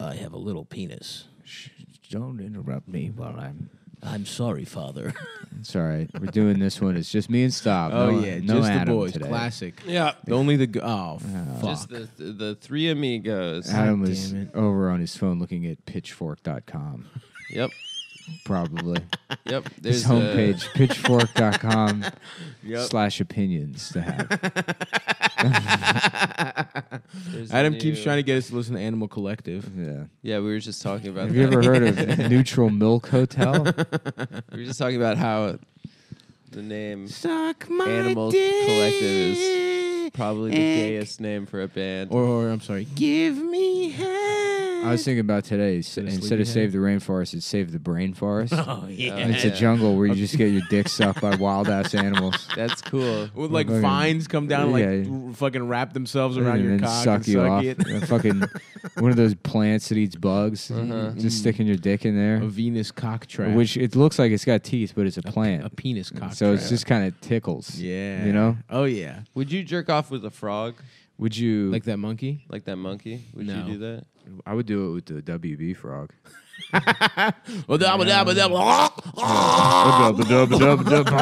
I have a little penis. Shh, don't interrupt me while I'm. I'm sorry, Father. It's all right. We're doing this one. It's just me and Stop. Oh no, yeah, no just Adam the boys, today. classic. Yeah. Only the g- oh, fuck. Just the the three amigos. Adam God was damn it. over on his phone looking at pitchfork.com, Yep. probably. Yep. There's his a- homepage, pitchfork.com uh, Yep. slash opinions to have. there's a Adam keeps new- trying to get us to listen to Animal Collective. Yeah. Yeah, we were just talking about. Have you that. ever heard of Neutral Milk Hotel? We were just talking about how the name Suck my Animal Collective is probably the gayest name for a band. Or, or I'm sorry, give me head. I was thinking about today. s- Instead of Instead Sleepyhead? of Save the Rainforest, it's Save the Brain Forest. oh And It's yeah. a jungle where you just get your dick sucked by wild ass animals. That's cool. Would like Okay. vines come down Yeah, and like yeah. r- fucking wrap themselves around your and cock suck and you suck off. it? Yeah, fucking one of those plants that eats bugs. Uh-huh. Just sticking your dick in A there. Venus cock trap. Which it looks like it's got teeth, but it's a a plant. penis cock So trap. it's just kind of tickles. yeah, You know? Oh yeah, Would you jerk off with a frog Would you like that monkey. like that monkey? Would No. you do that? I would do it with the WB frog. Oh.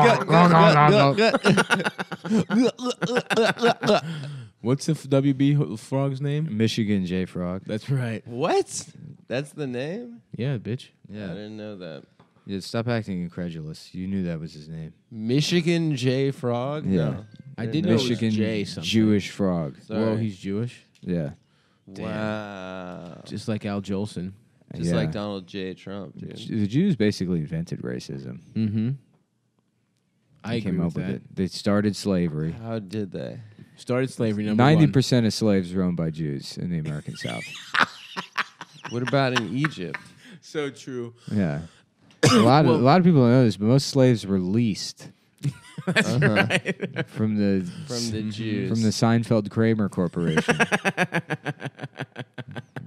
What's the f- WB ho- frog's name? Michigan J frog. That's right. What? That's the name? Yeah, bitch. I Yeah. didn't know that. yeah. Stop acting incredulous. You knew that was his name. Michigan J Frog? Yeah. No. I Didn't did know it was Michigan J something. Jewish frog. Sorry. Whoa, he's Jewish, Yeah. Wow. Just, just like Al Jolson. yeah. like Donald J. Trump, dude. J- The Jews basically invented racism. Mm-hmm. I They agree came up with with that. it. They started slavery. How did they? Started slavery number Ninety one. percent of slaves were owned by Jews in the American South. What about in Egypt? So true. Yeah. A lot of a lot of people don't know this, but most slaves were leased from the From the Jews. from the Seinfeld Kramer Corporation.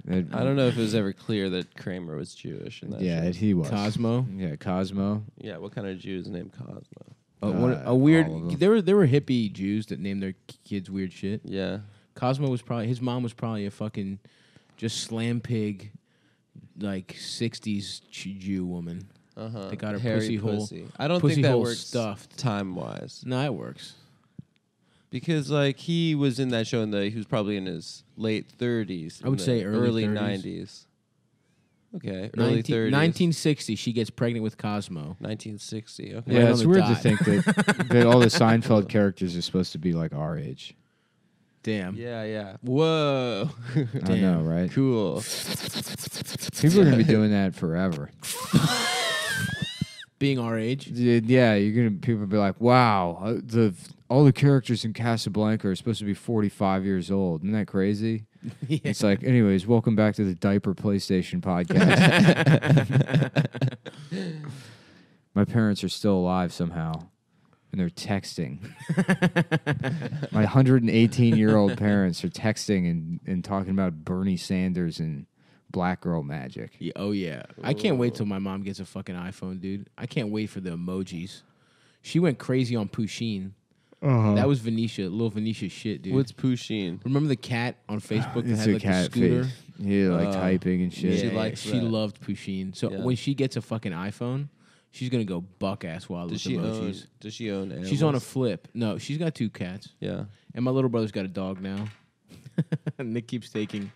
It- I don't know if it was ever clear that Kramer was Jewish. In that Yeah, show. it- he was. Cosmo. Yeah, Cosmo. Yeah, what kind of Jew is named Cosmo? Uh, one- Uh, a weird. all of them. There were there were hippie Jews that named their k- kids weird shit. Yeah. Cosmo was probably his mom was probably a fucking just slam pig, like '60s ch- Jew woman. Uh-huh. They got her Hairy pussy hole- I don't pussy think that hole works stuffed. time wise. No, it works. Because like he was in that show in the he was probably in his late thirties. I would say early 30s. nineties. Okay, early 19 thirties. 1960, she gets pregnant with Cosmo. 1960. Okay. Yeah, on it's the weird to dot. think that that all the Seinfeld characters are supposed to be like our age. Damn. Yeah, yeah. Whoa. I know, right? cool. People are gonna be doing that forever. Being our age. D- Yeah, you're gonna people be like, "Wow, uh, the all the characters in Casablanca are supposed to be 45 years old." Isn't that crazy? It's like, anyways, welcome back to the Diaper PlayStation podcast. My parents are still alive somehow, and they're texting. My 118 year old parents are texting and, and talking about Bernie Sanders and black girl magic. Yeah, oh yeah. I can't wait till my mom gets a fucking iPhone, dude. I can't wait for the emojis. She went crazy on Pusheen. That was Venetia, little Venetia shit, dude. What's Pusheen? Remember the cat on Facebook that It's had a like the cat scooter? face. Yeah, like typing and shit. She Yeah, likes. yeah. She that. loved Pusheen. So Yeah. when she gets a fucking iPhone, she's gonna go buck ass wild Does with she uh, own? emojis. Does she own? Animals? She's on a flip. No, she's got two cats, yeah. and my little brother's got a dog now. Nick keeps taking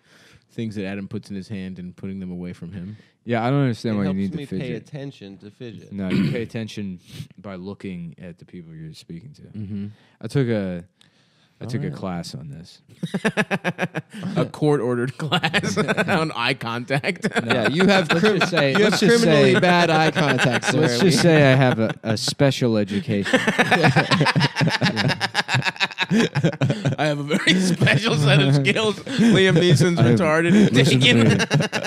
things that Adam puts in his hand and putting them away from him. Yeah, I don't understand It why you helps need me to fidget. pay attention to fidget. No, you pay attention by looking at the people you're speaking to. Mm-hmm. I took a, I took a class on this. a court ordered class on eye contact. Yeah, you have crim- say- you have let's just criminally say- bad eye contact. Sir. Let's just say I have a, a special education. I have a very special set of skills. Liam Neeson's I have- retarded. Listen to me.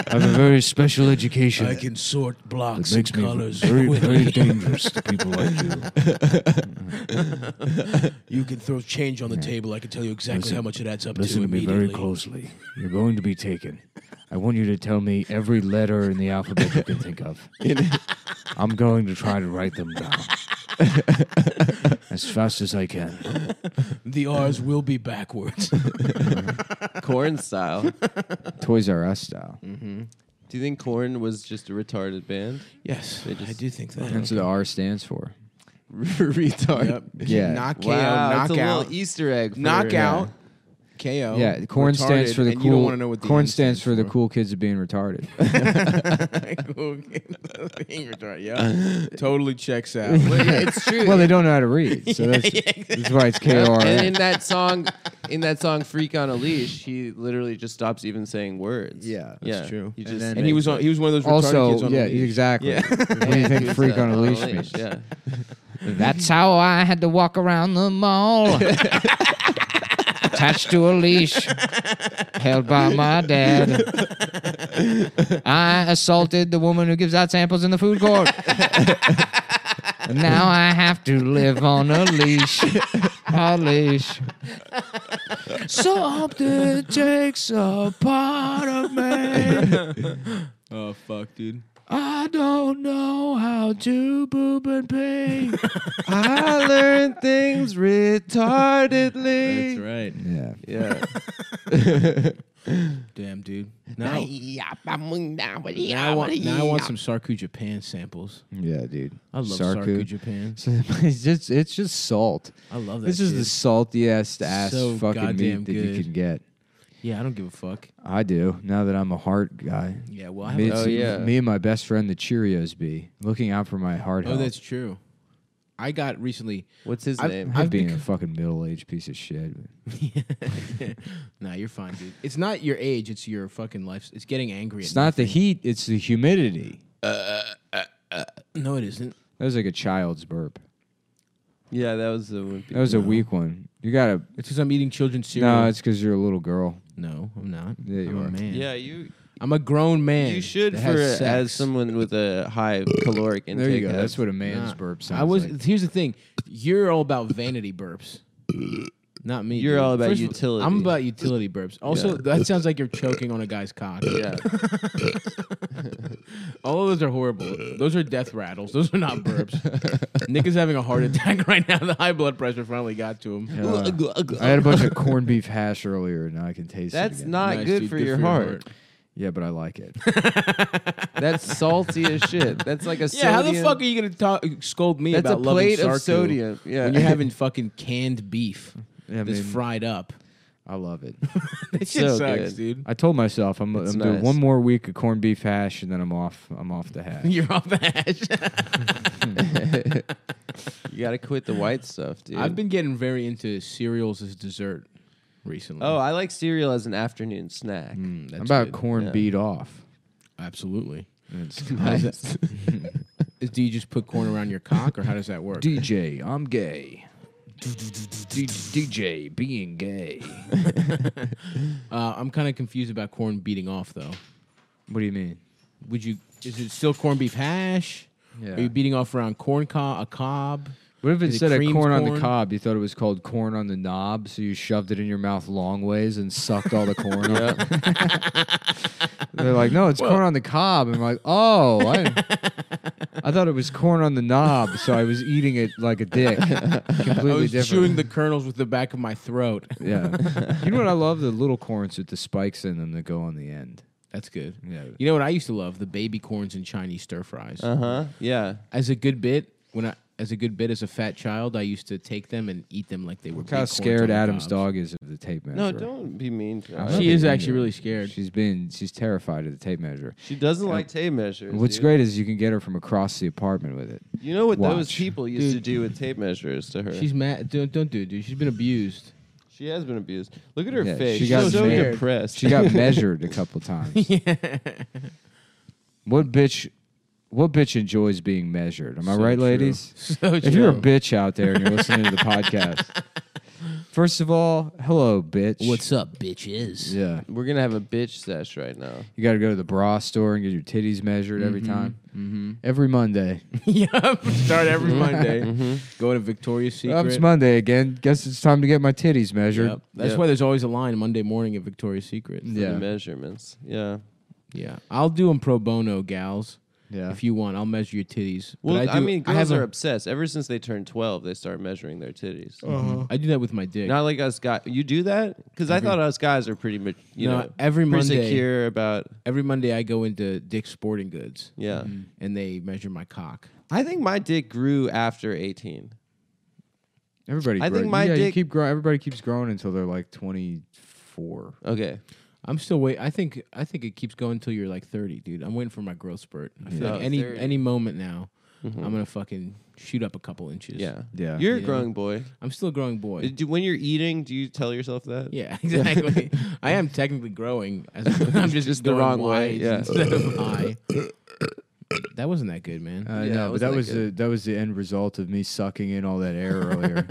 I have a very special education. sort blocks makes me very, very dangerous to people like you. You can throw change on the table. I can tell you exactly Listen- how much it adds up Listen to me very closely. You're going to be taken. I want you to tell me every letter in the alphabet you can think of. I'm going to try to write them down as fast as I can. The R's will be backwards. Corn style. Do Toys R Us style. you think Corn was just a retarded band? Yes, They just- I do think that. That's what the R stands for. Retard. Yep. Yeah. Knock KO, Wow, it's a knockout, little Easter egg. For, e-, knockout, KO. yeah, corn stands Oh, retarded, for the and cool. You don't want to know what the corn N stands for the cool kids of being retarded. Cool kid. Being retarded, Yeah, totally checks out. Well, yeah, it's true. well, they don't know how to read, so that's, that's why it's KR. And in that song, in that song "Freak on a Leash," he literally just stops even saying words. Yeah. That's yeah. true. He And just then- And he was on. He was one of those retarded kids Also, on yeah, the leash. exactly. Yeah. What do you think freak on a leash means? Yeah. That's how I had to walk around the mall. Attached to a leash held by my dad. I assaulted the woman who gives out samples in the food court. now I have to live on a leash. A leash. Something takes a part of me. Oh fuck, dude. I don't know how to poop and pee. I learned things retardedly. That's right. Yeah. Yeah. Damn, dude. Now, now I want, now I want some Sarku Japan samples. Yeah, dude. I love Sarku, Japan. it's just it's just salt. I love that. This is shit. the saltiest ass So fucking goddamn meat that you good. can get. Yeah, I don't give a fuck. I do now that I'm a heart guy. Yeah, well, I have Me, a- Oh, yeah. me and my best friend, the Cheerios be looking out for my heart Oh, health. that's true. I got recently. What's his I've- name? I'm I've being become- a fucking middle aged piece of shit. nah, you're fine, dude. It's not your age; it's your fucking life. It's getting angry. It's at not the heat; it's the humidity. me. No, it isn't. That was like a child's burp. yeah, that was the wimpy. That was a weak one. You gotta It's because I'm eating children's cereal. no. It's because you're a little girl. No, I'm not. Yeah, you I'm are. a man. Yeah, you I'm a grown man. you should that for has sex. as someone with a high caloric intake. There you go. have. That's what a man's Nah. burp sounds I was. like. Here's the thing: you're all about vanity burps, not me. You're dude. all about of all, utility. I'm about utility burps. Also, Yeah. that sounds like you're choking on a guy's cock. Yeah. All of those are horrible. Those are death rattles. Those are not burps. Nick is having a heart attack right now. The high blood pressure finally got to him. Uh, I had a bunch of corned beef hash earlier, and now I can taste it. That's again. not Nice, good, dude. for, your heart. Yeah, but I like it. That's salty as shit. That's like a Yeah, how the sodium- fuck are you gonna talk, scold me That's a about loving plate of Sarku sodium. Yeah. when you're having fucking canned beef Yeah, I that's mean, fried up? I love it. That so good. dude. I told myself I'm, It's I'm doing nice. one more week of corned beef hash, and then I'm off. I'm off the hash. You're off the hash. You gotta quit the white stuff, dude. I've been getting very into cereals as dessert recently. Oh, I like cereal as an afternoon snack. Mm, that's I'm about good. corn Yeah. beat off. absolutely. It's Is- Do you just put corn around your cock, or how does that work? DJ, I'm gay. DJ being gay. Uh, I'm kind of confused about corn beating off though. What do you mean? Would you? Is it still corned beef hash? Yeah. Are you beating off around corn cob, a cob? What Is if it instead of creamed corn, on the corn? cob, you thought it was called corn on the knob, so you shoved it in your mouth long ways and sucked all the corn up? They're like, no, it's corn on the cob. And I'm like, oh, I, I thought it was corn on the knob, so I was eating it like a dick. Completely I was different. chewing the kernels with the back of my throat. yeah. You know what I love? The little corns with the spikes in them that go on the end. That's good. Yeah. You know what I used to love? The baby corns and Chinese stir fries. Uh huh. Yeah. As a good bit, when I as a good bit as a fat child, I used to take them and eat them like they were. Look how big corns on scared the Adam's cobs. dog is of the tape measure. No, don't be mean. To I'm her. not She is being actually mean. really scared. She's been, she's terrified of the tape measure. She doesn't like tape measures. What's dude. great is you can get her from across the apartment with it. You know what those Watch. people used Dude. to do with tape measures to her. She's mad. Don't, don't do it, dude. She's been abused. she has been abused. Look at her Yeah, face. she She's got so scared. depressed. She got measured a couple times. What bitch? What bitch enjoys being measured? Am I So right, true. ladies? So If you're a true. bitch out there and you're listening to the podcast, first of all, hello, bitch. What's up, bitches? yeah? We're gonna have a bitch sesh right now. You got to go to the bra store and get your titties measured every Mm-hmm. time, every Monday. yep. Start every Monday. Go to Victoria's Secret. Oh, it's Monday again. Guess it's time to get my titties measured. Yep. That's Yep. why there's always a line Monday morning at Victoria's Secret. for Yeah. The measurements. Yeah. Yeah. I'll do them pro bono, gals. Yeah. If you want, I'll measure your titties. But Well, I, do- mean, I girls have are a- obsessed. Ever since they turned 12, they start measuring their titties. Uh-huh. I do that with my dick. Not like us guys. You do that? Because I thought us guys are pretty much, you No, know, every pretty Monday- secure about. Every Monday, I go into Dick's Sporting Goods. Yeah. and they measure my cock. I think my dick grew after 18. Everybody. I grow- think my yeah, you dick- keep growing. Everybody keeps growing until they're like twenty four. Okay. I'm still wait. I think I think it keeps going until you're like 30, dude. I'm waiting for my growth spurt. I feel Yeah. like Oh, any 30. any moment now, I'm gonna fucking shoot up a couple inches. Yeah. Yeah. You're a Yeah. growing boy. I'm still a growing boy. Do, when you're eating, do you tell yourself that? yeah, exactly. I am technically growing. As I'm just, Just the going wrong way, wide yeah. Instead of high. That wasn't that good, man. Uh, Yeah, no, it but that wasn't that was the good. that was the end result of me sucking in all that air earlier.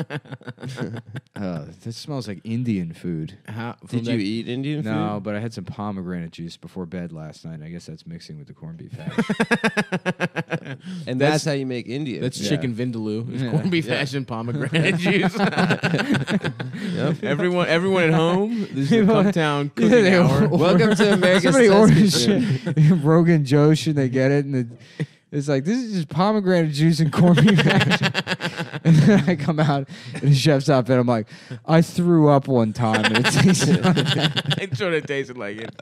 uh, this smells like Indian food. How, from Did you that- eat Indian food? No, but I had some pomegranate juice before bed last night. I guess that's mixing with the corned beef hash. That's- And that's, how you make Indian. That's Yeah. chicken vindaloo. It's Yeah. corned beef hash and pomegranate juice. Everyone, everyone at home, this is the Cumtown cooking Yeah, they hour. all- Welcome to America's Somebody Test orders Kitchen. shit- Rogan Josh and they get it, and it- it's like this is just pomegranate juice and corned beef hash. and then I come out and the chef's up, and I'm like, I threw up one time, and it tastes it sort of tasted like it.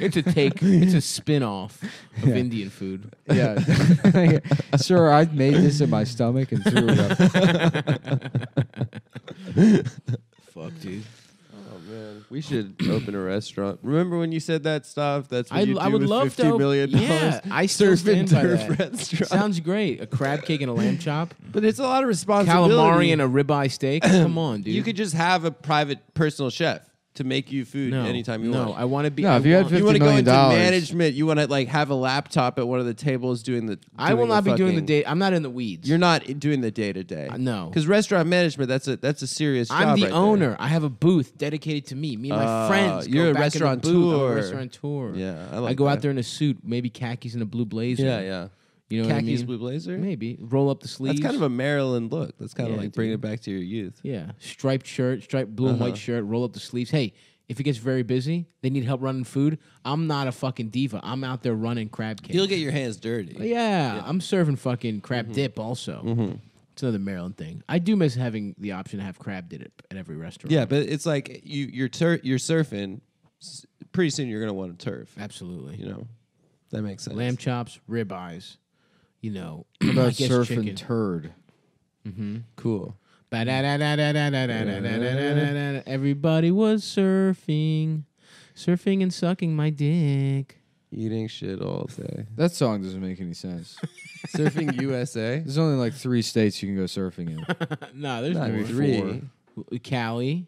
It's a take. It's a spin off of Yeah. Indian food. Yeah. Sir, I made this in my stomach and threw it up. Fuck, dude. Oh man, we should open a restaurant. Remember when you said that stuff? That's what I, you do I would with love fifty to. op- million yeah, dollars. I still Surf and stand by turf that. restaurant. Sounds great. A crab cake and a lamb chop, But it's a lot of responsibility. calamari and a ribeye steak. Come on, dude. you could just have a private personal chef to make you food no, anytime you no, want. I want to be. No, I if you had want- fif- you want to go $50 million into dollars. management. You want to like have a laptop at one of the tables doing the. I will doing the not be doing the fucking- date. I'm not in the weeds. You're not i- doing the day to day. Uh, no. because restaurant management that's a that's a serious. I'm job the right there. owner. I have a booth dedicated to me. Me and my Oh, friends. go you're a back in the restaurateur. booth. I'm a restaurateur. Yeah, I I, like go out that. there in a suit, maybe khakis and a blue blazer. Yeah, yeah. You know Khakis, what blue I blazer. mean? Maybe roll up the sleeves. That's kind of a Maryland look. That's kind Yeah, of like bringing dude. it back to your youth. Yeah, striped shirt, striped blue Uh-huh. and white shirt. Roll up the sleeves. Hey, if it gets very busy, they need help running food. I'm not a fucking diva. I'm out there running crab cake. You'll get your hands dirty. Oh, yeah, I'm serving fucking crab Mm-hmm. dip also. It's another Maryland thing. I do miss having the option to have crab dip at every restaurant. Yeah, but it's like you you're tur- you're surfing. s- Pretty soon you're gonna want to turf. absolutely. You know, that makes sense. Lamb chops, rib eyes. You know, I about guess surf chicken. and turd. cool. Ba-da-da-da-da-da-da-da-da-da-da-da-da. Everybody was surfing, surfing and sucking my dick. Eating shit all day. That song doesn't make any sense. Surfing USA. There's only like three states you can go surfing in. no, Uh, there's Not more. three. W- Cali,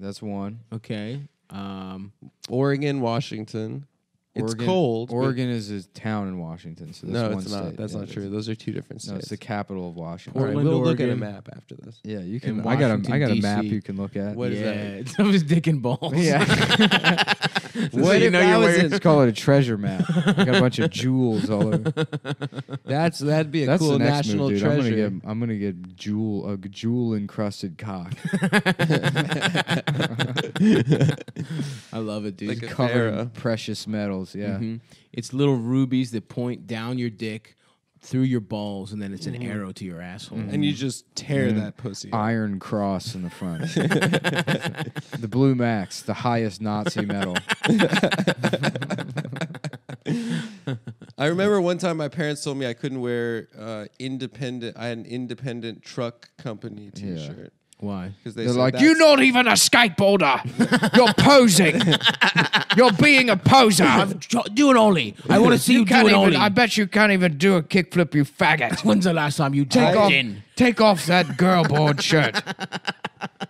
That's one. okay. Um, Oregon, Washington. it's Oregon, cold. but- Oregon is a town in Washington, so that's No, one it's not. state. That's Yeah, not it true. is. Those are two different No, states. it's the capital of Washington. all right, Portland, we'll look at a Oregon. map after this. Yeah, you can. In I got a. I got a Washington, map DC. you can look at. What is yeah, that? it's of his dick and balls. Yeah, What you if know I you're was wearing, in- Let's call it a treasure map. I got a bunch of jewels all over. That's that'd be a That's cool the next national move, dude. treasure. I'm gonna get. I'm gonna get jewel a jewel encrusted cock. I love it, dude. Like Mm-hmm. a covered pharaoh. in precious metals. Yeah. Mhm. It's little rubies that point down your dick, through your balls, and then it's an arrow to your asshole. and Mm. you just tear that pussy. up. Iron cross in the front. the blue max, the highest Nazi medal. I remember one time my parents told me I couldn't wear uh, independent. I had an independent truck company T-shirt Why? because they They're said like, that's- you're not even a skateboarder. You're posing. You're being a poser. do an ollie. I want to see you, do Can't an even- ollie. I bet you can't even do a kickflip, you faggot. When's the last time you Take dived off, in? take off that girl board shirt.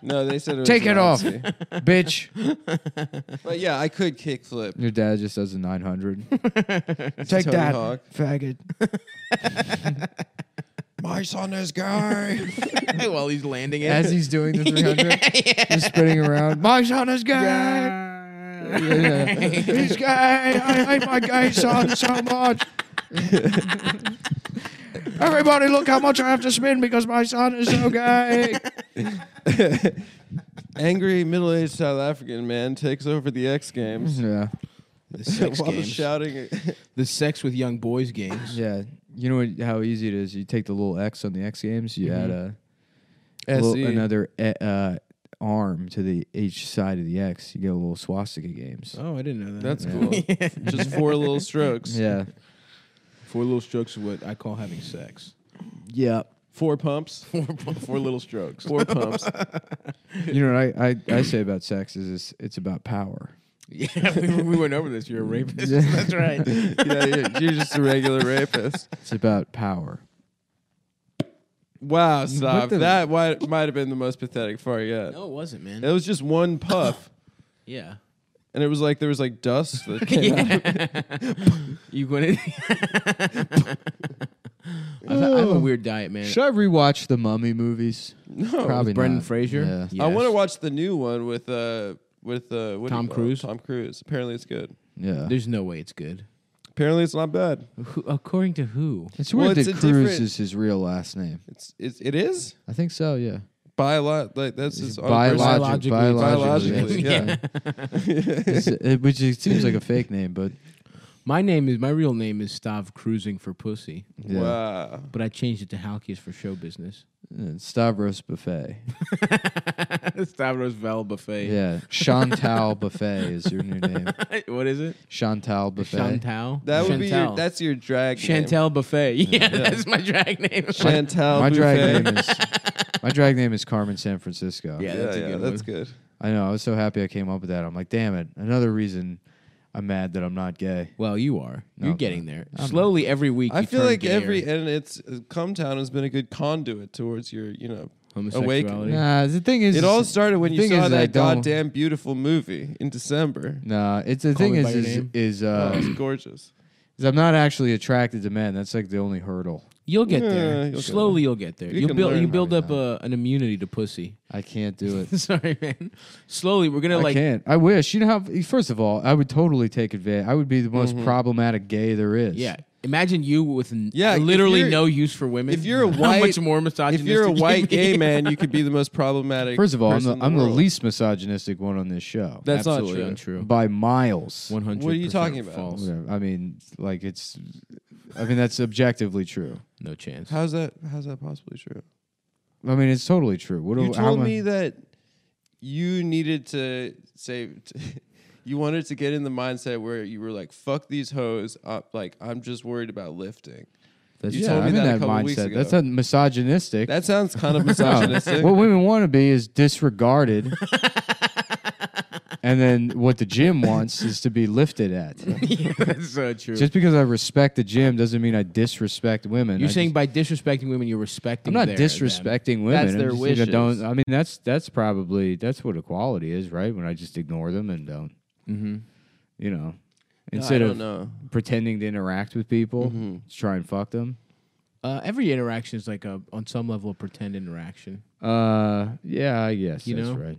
No, they said it was Take it off, Nazi. bitch. But yeah, I could kickflip. Your dad just does a 900. take Tony that, Hawk. faggot. My son is gay. While he's landing it. As he's doing the 300, just spinning around. My son is gay. Yeah, yeah. He's gay. I hate my gay son so much. Everybody, look how much I have to spin because my son is so gay. Angry middle-aged South African man takes over the X Games. Yeah. The sex While games. shouting, the sex with young boys games. Yeah, you know what, how easy it is. You take the little X on the X Games, you add a little, SE. another Mm-hmm. e- uh, arm to the each side of the X. You get a little swastika games. Oh, I didn't know that. That's cool. Just four little strokes. Yeah, Four little strokes is what I call having sex. yeah. Four pumps. Four, four little strokes. Four pumps. You know what I, I, I say about sex is it's, it's about power. Yeah, we, we went over this. You're a rapist. That's right. yeah, you're, you're just a regular rapist. It's about power. Wow, stop. the- That might, might have been the most pathetic fart yet. No, it wasn't, man. It was just one puff, Yeah. and it was like there was like dust that came out. You went in. I've, I have a weird diet, man. Should I rewatch the Mummy movies? No, Probably Brendan not. Fraser. Yeah. I Yes. want to watch the new one with uh with uh Tom what do you call it? Cruise? Tom Cruise. Apparently it's good. Yeah. There's no way it's good. Apparently it's not bad. Who, according to who? it's Well, weird it's that a Cruz different- is his real last name. It's it's it is I think so. Yeah. by a lot like that's his own Biologic- person- Biologically. biologically, Biologically, yeah. It's- it- which it seems like a fake name, but My name is my real name is Stav Cruising for Pussy, yeah. Wow. but I changed it to Halkias for show business. Uh, Stavros Buffet. Stavros Val Buffet. Yeah. Chantal Buffet is your new name. what is it? Chantal Buffet. Chantal. That would be your Chantal. that's your drag name. Chantel Buffet. Yeah, that's my drag name. Chantel my Buffet. drag name is my drag name is Carmen San Francisco. Yeah. Yeah, that's that's, a yeah, good that's one. good. I know. I was so happy I came up with that. I'm like, damn it. Another reason I'm mad that I'm not gay. well, you are. You're I'm getting there. Slowly every week. I you feel turn like gayer. every and it's Cumtown has been a good conduit towards your, you know, Homosexuality. awakening. Nah, the thing is It all started when the you thing saw is I that don't- goddamn beautiful movie in December. Nah, it's the Call thing me is by your is, name. is Oh, uh it's gorgeous. is I'm not actually attracted to men. That's like the only hurdle. You'll get Yeah, there. you'll get Slowly, you'll get there. You You will can build. learn. You build up Probably uh, an immunity to pussy. I can't do it. Sorry, man. Slowly, we're gonna I like. can't. I wish. You know how first of all, I would totally take advantage. I would be the most problematic gay there is. Yeah. Imagine you with n- Yeah, if literally you're- no use for women. if you're a how white- much more If misogynistic you're a you'd white be. gay man, you could be the most problematic. First of all, I'm person the, in I'm the world. least misogynistic one on this show. That's not Absolutely true. untrue. by miles. One hundred. What are you talking about? False. Whatever. I mean, like it's. I mean, that's objectively true. No chance. How's that? How's that possibly true? I mean, it's totally true. What do- You how told am I- me that you needed to say you wanted to get in the mindset where you were like, "Fuck these hoes up!" Like I'm just worried about lifting. That's, you yeah, told me I'm that a in that couple mindset. weeks ago. That's not misogynistic. That sounds kind of No. misogynistic. what women want to be is disregarded. And then what the gym wants is to be lifted at. That's so true. Just because I respect the gym doesn't mean I disrespect women. you're I saying just- by disrespecting women, you're respecting. I'm not their- them. disrespecting women. That's I'm their just saying I wishes. don't. I mean, that's that's probably that's what equality is, right? When I just ignore them and don't, Mm-hmm. you know, instead I don't of know. pretending to interact with people, just try and fuck them. Uh, every interaction is like a on some level a pretend interaction. Uh, yeah, I guess You that's know? right.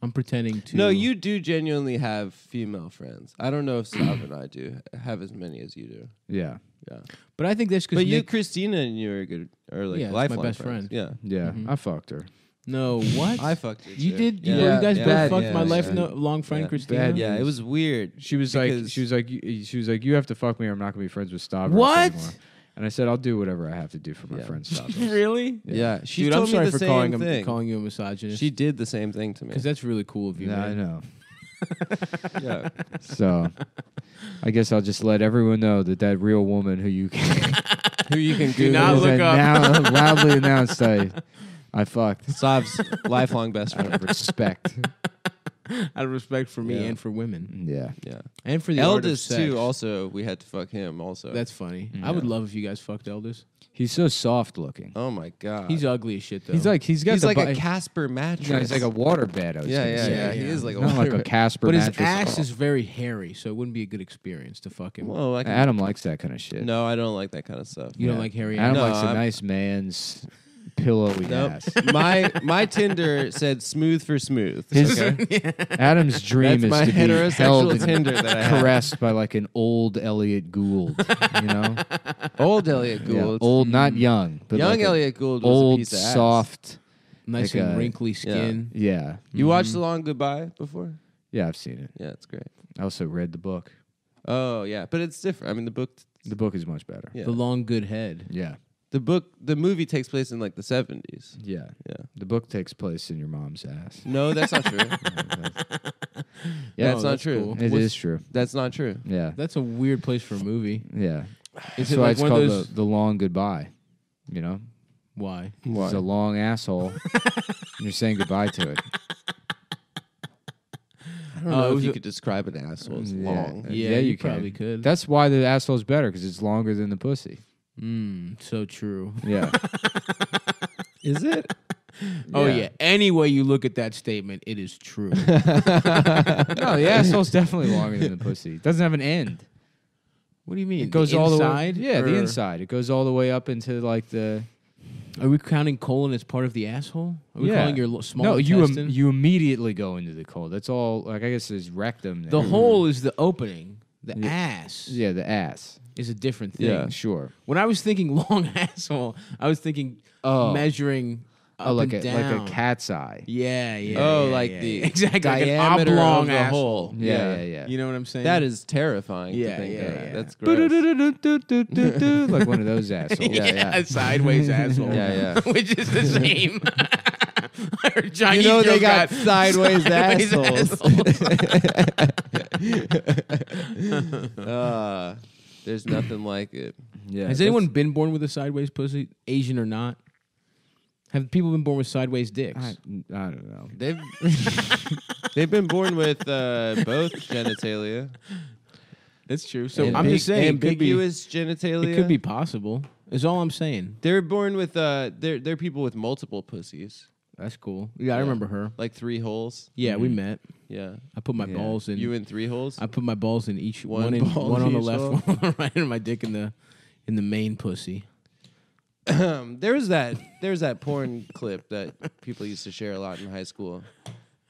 I'm pretending to. No, you do genuinely have female friends. I don't know if Sav and I do have as many as you do. Yeah, Yeah, But I think that's because but you, Nick- Christina, and you are good, or like Yeah, it's my lifelong best friends. friend. Yeah. yeah, I fucked her. No, what? I fucked it. You too. did. You, Yeah. well, you guys yeah. both Bad fucked my news. life Yeah. no, long friend Yeah. Christina. Bad Yeah, it was weird. She was like, Because- she was like, you- she was like, you have to fuck me, or I'm not gonna be friends with Stavros What? anymore. And I said, I'll do whatever I have to do for my Yeah. friend Stavros. really? yeah. She Dude, told I'm sorry me the for same calling him thing. calling you a misogynist. she did the same thing to me. Because that's really cool of you. yeah, I man. know. yeah. So, I guess I'll just let everyone know that that real woman who you Who you can Do not As look I up. now- loudly announced I, I fucked. Sav's lifelong best Out friend. of respect. Out of respect for me Yeah. and for women Yeah. Yeah. and for the art of Eldest sex. too. Also, we had to fuck him. Also, That's funny. Mm. I would love if you guys fucked Eldest. He's so soft looking. oh my god. He's ugly as shit though. Uh, He's like he's got He's the like bi- a Casper mattress. no, he's like a water bed. I was yeah, gonna yeah, say. yeah, He yeah. is like a Not like a water- Casper but his mattress. ass is very hairy, so it wouldn't be a good experience to fuck him. Well, I can, Adam likes that kind of shit. no, I don't like that kind of stuff. you don't like hairy Adam ass. No, likes a I'm- nice man's pillowy Nope. ass. my my Tinder said smooth for smooth. His- okay? Adam's dream That's is my to be held heterosexual and Tinder that I have. caressed by like an old Elliot Gould. You know, Old Elliot Yeah, Gould. old, not young, but Mm. Young like a Elliot Gould was a old, piece of ass. soft. Nice Like and a- wrinkly skin. Yeah, mm-hmm. You watched The Long Goodbye before? yeah, I've seen it. Yeah, it's great. I also read the book. Oh yeah, but it's different. I mean, the book, The book is much better. Yeah. The long good head. Yeah. the book, the movie takes place in like the seventies. Yeah. Yeah. The book takes place in your mom's ass. No, that's not true. Yeah, that's it's not that's true. cool. It is What's- true. That's not true. Yeah. That's a weird place for a movie. Yeah. Is That's it why like it's one called of those? the, the long goodbye. You know? Why? It's a long asshole. and you're saying goodbye to it. I don't Oh, it know if was you a- could describe an asshole. It's Yeah. long. Yeah, you, you can. probably could. That's why the asshole's better because it's longer than the pussy. Mm, so true. Yeah. Is it? Oh Yeah. yeah. Any way you look at that statement, it is true. no, the asshole's definitely longer than the pussy. It doesn't have an end. what do you mean? It goes the all the way. inside? Yeah, the or- inside. It goes all the way up into like the. Are we counting colon as part of the asshole? Are we Yeah. calling your lo- small no, you im- intestine? you immediately go into the cold. That's all. Like I guess there's rectum. the there. Mm-hmm. hole is the opening. The Yeah. ass Yeah, the ass. is a different thing. Yeah. Sure. When I was thinking long asshole, I was thinking Oh. measuring up oh, like a and down. like a cat's eye. Yeah, yeah. Oh, yeah, like yeah, the yeah. exactly like an diameter oblong of the asshole. hole. Yeah, yeah, yeah. You know what I'm saying? That is terrifying. Yeah, to think yeah, of. yeah. That's gross. Do-do-do-do-do-do-do-do, like one of those assholes. yeah, Yeah, yeah. a sideways asshole. Yeah, yeah. Which is the same. Our Chinese you know they girl got, sideways, sideways assholes. assholes. Uh, there's nothing like it. Yeah, Has that's- anyone been born with a sideways pussy, Asian or not? Have people been born with sideways dicks? I, I don't know. They've they've been born with uh, both genitalia. That's true. So Ambi- I'm just saying, it could be- ambiguous genitalia. It could be possible. Is all I'm saying. They're born with uh, they're they're people with multiple pussies, That's cool. Yeah, Mm-hmm. I remember her. like three holes. Yeah, we met. Yeah, I put my Yeah. balls in. you in three holes. I put my balls in each one, One in, ball one in on the each left, hole. one on the right, and my dick in the in the main pussy. Um, there's that there's that porn clip that people used to share a lot in high school,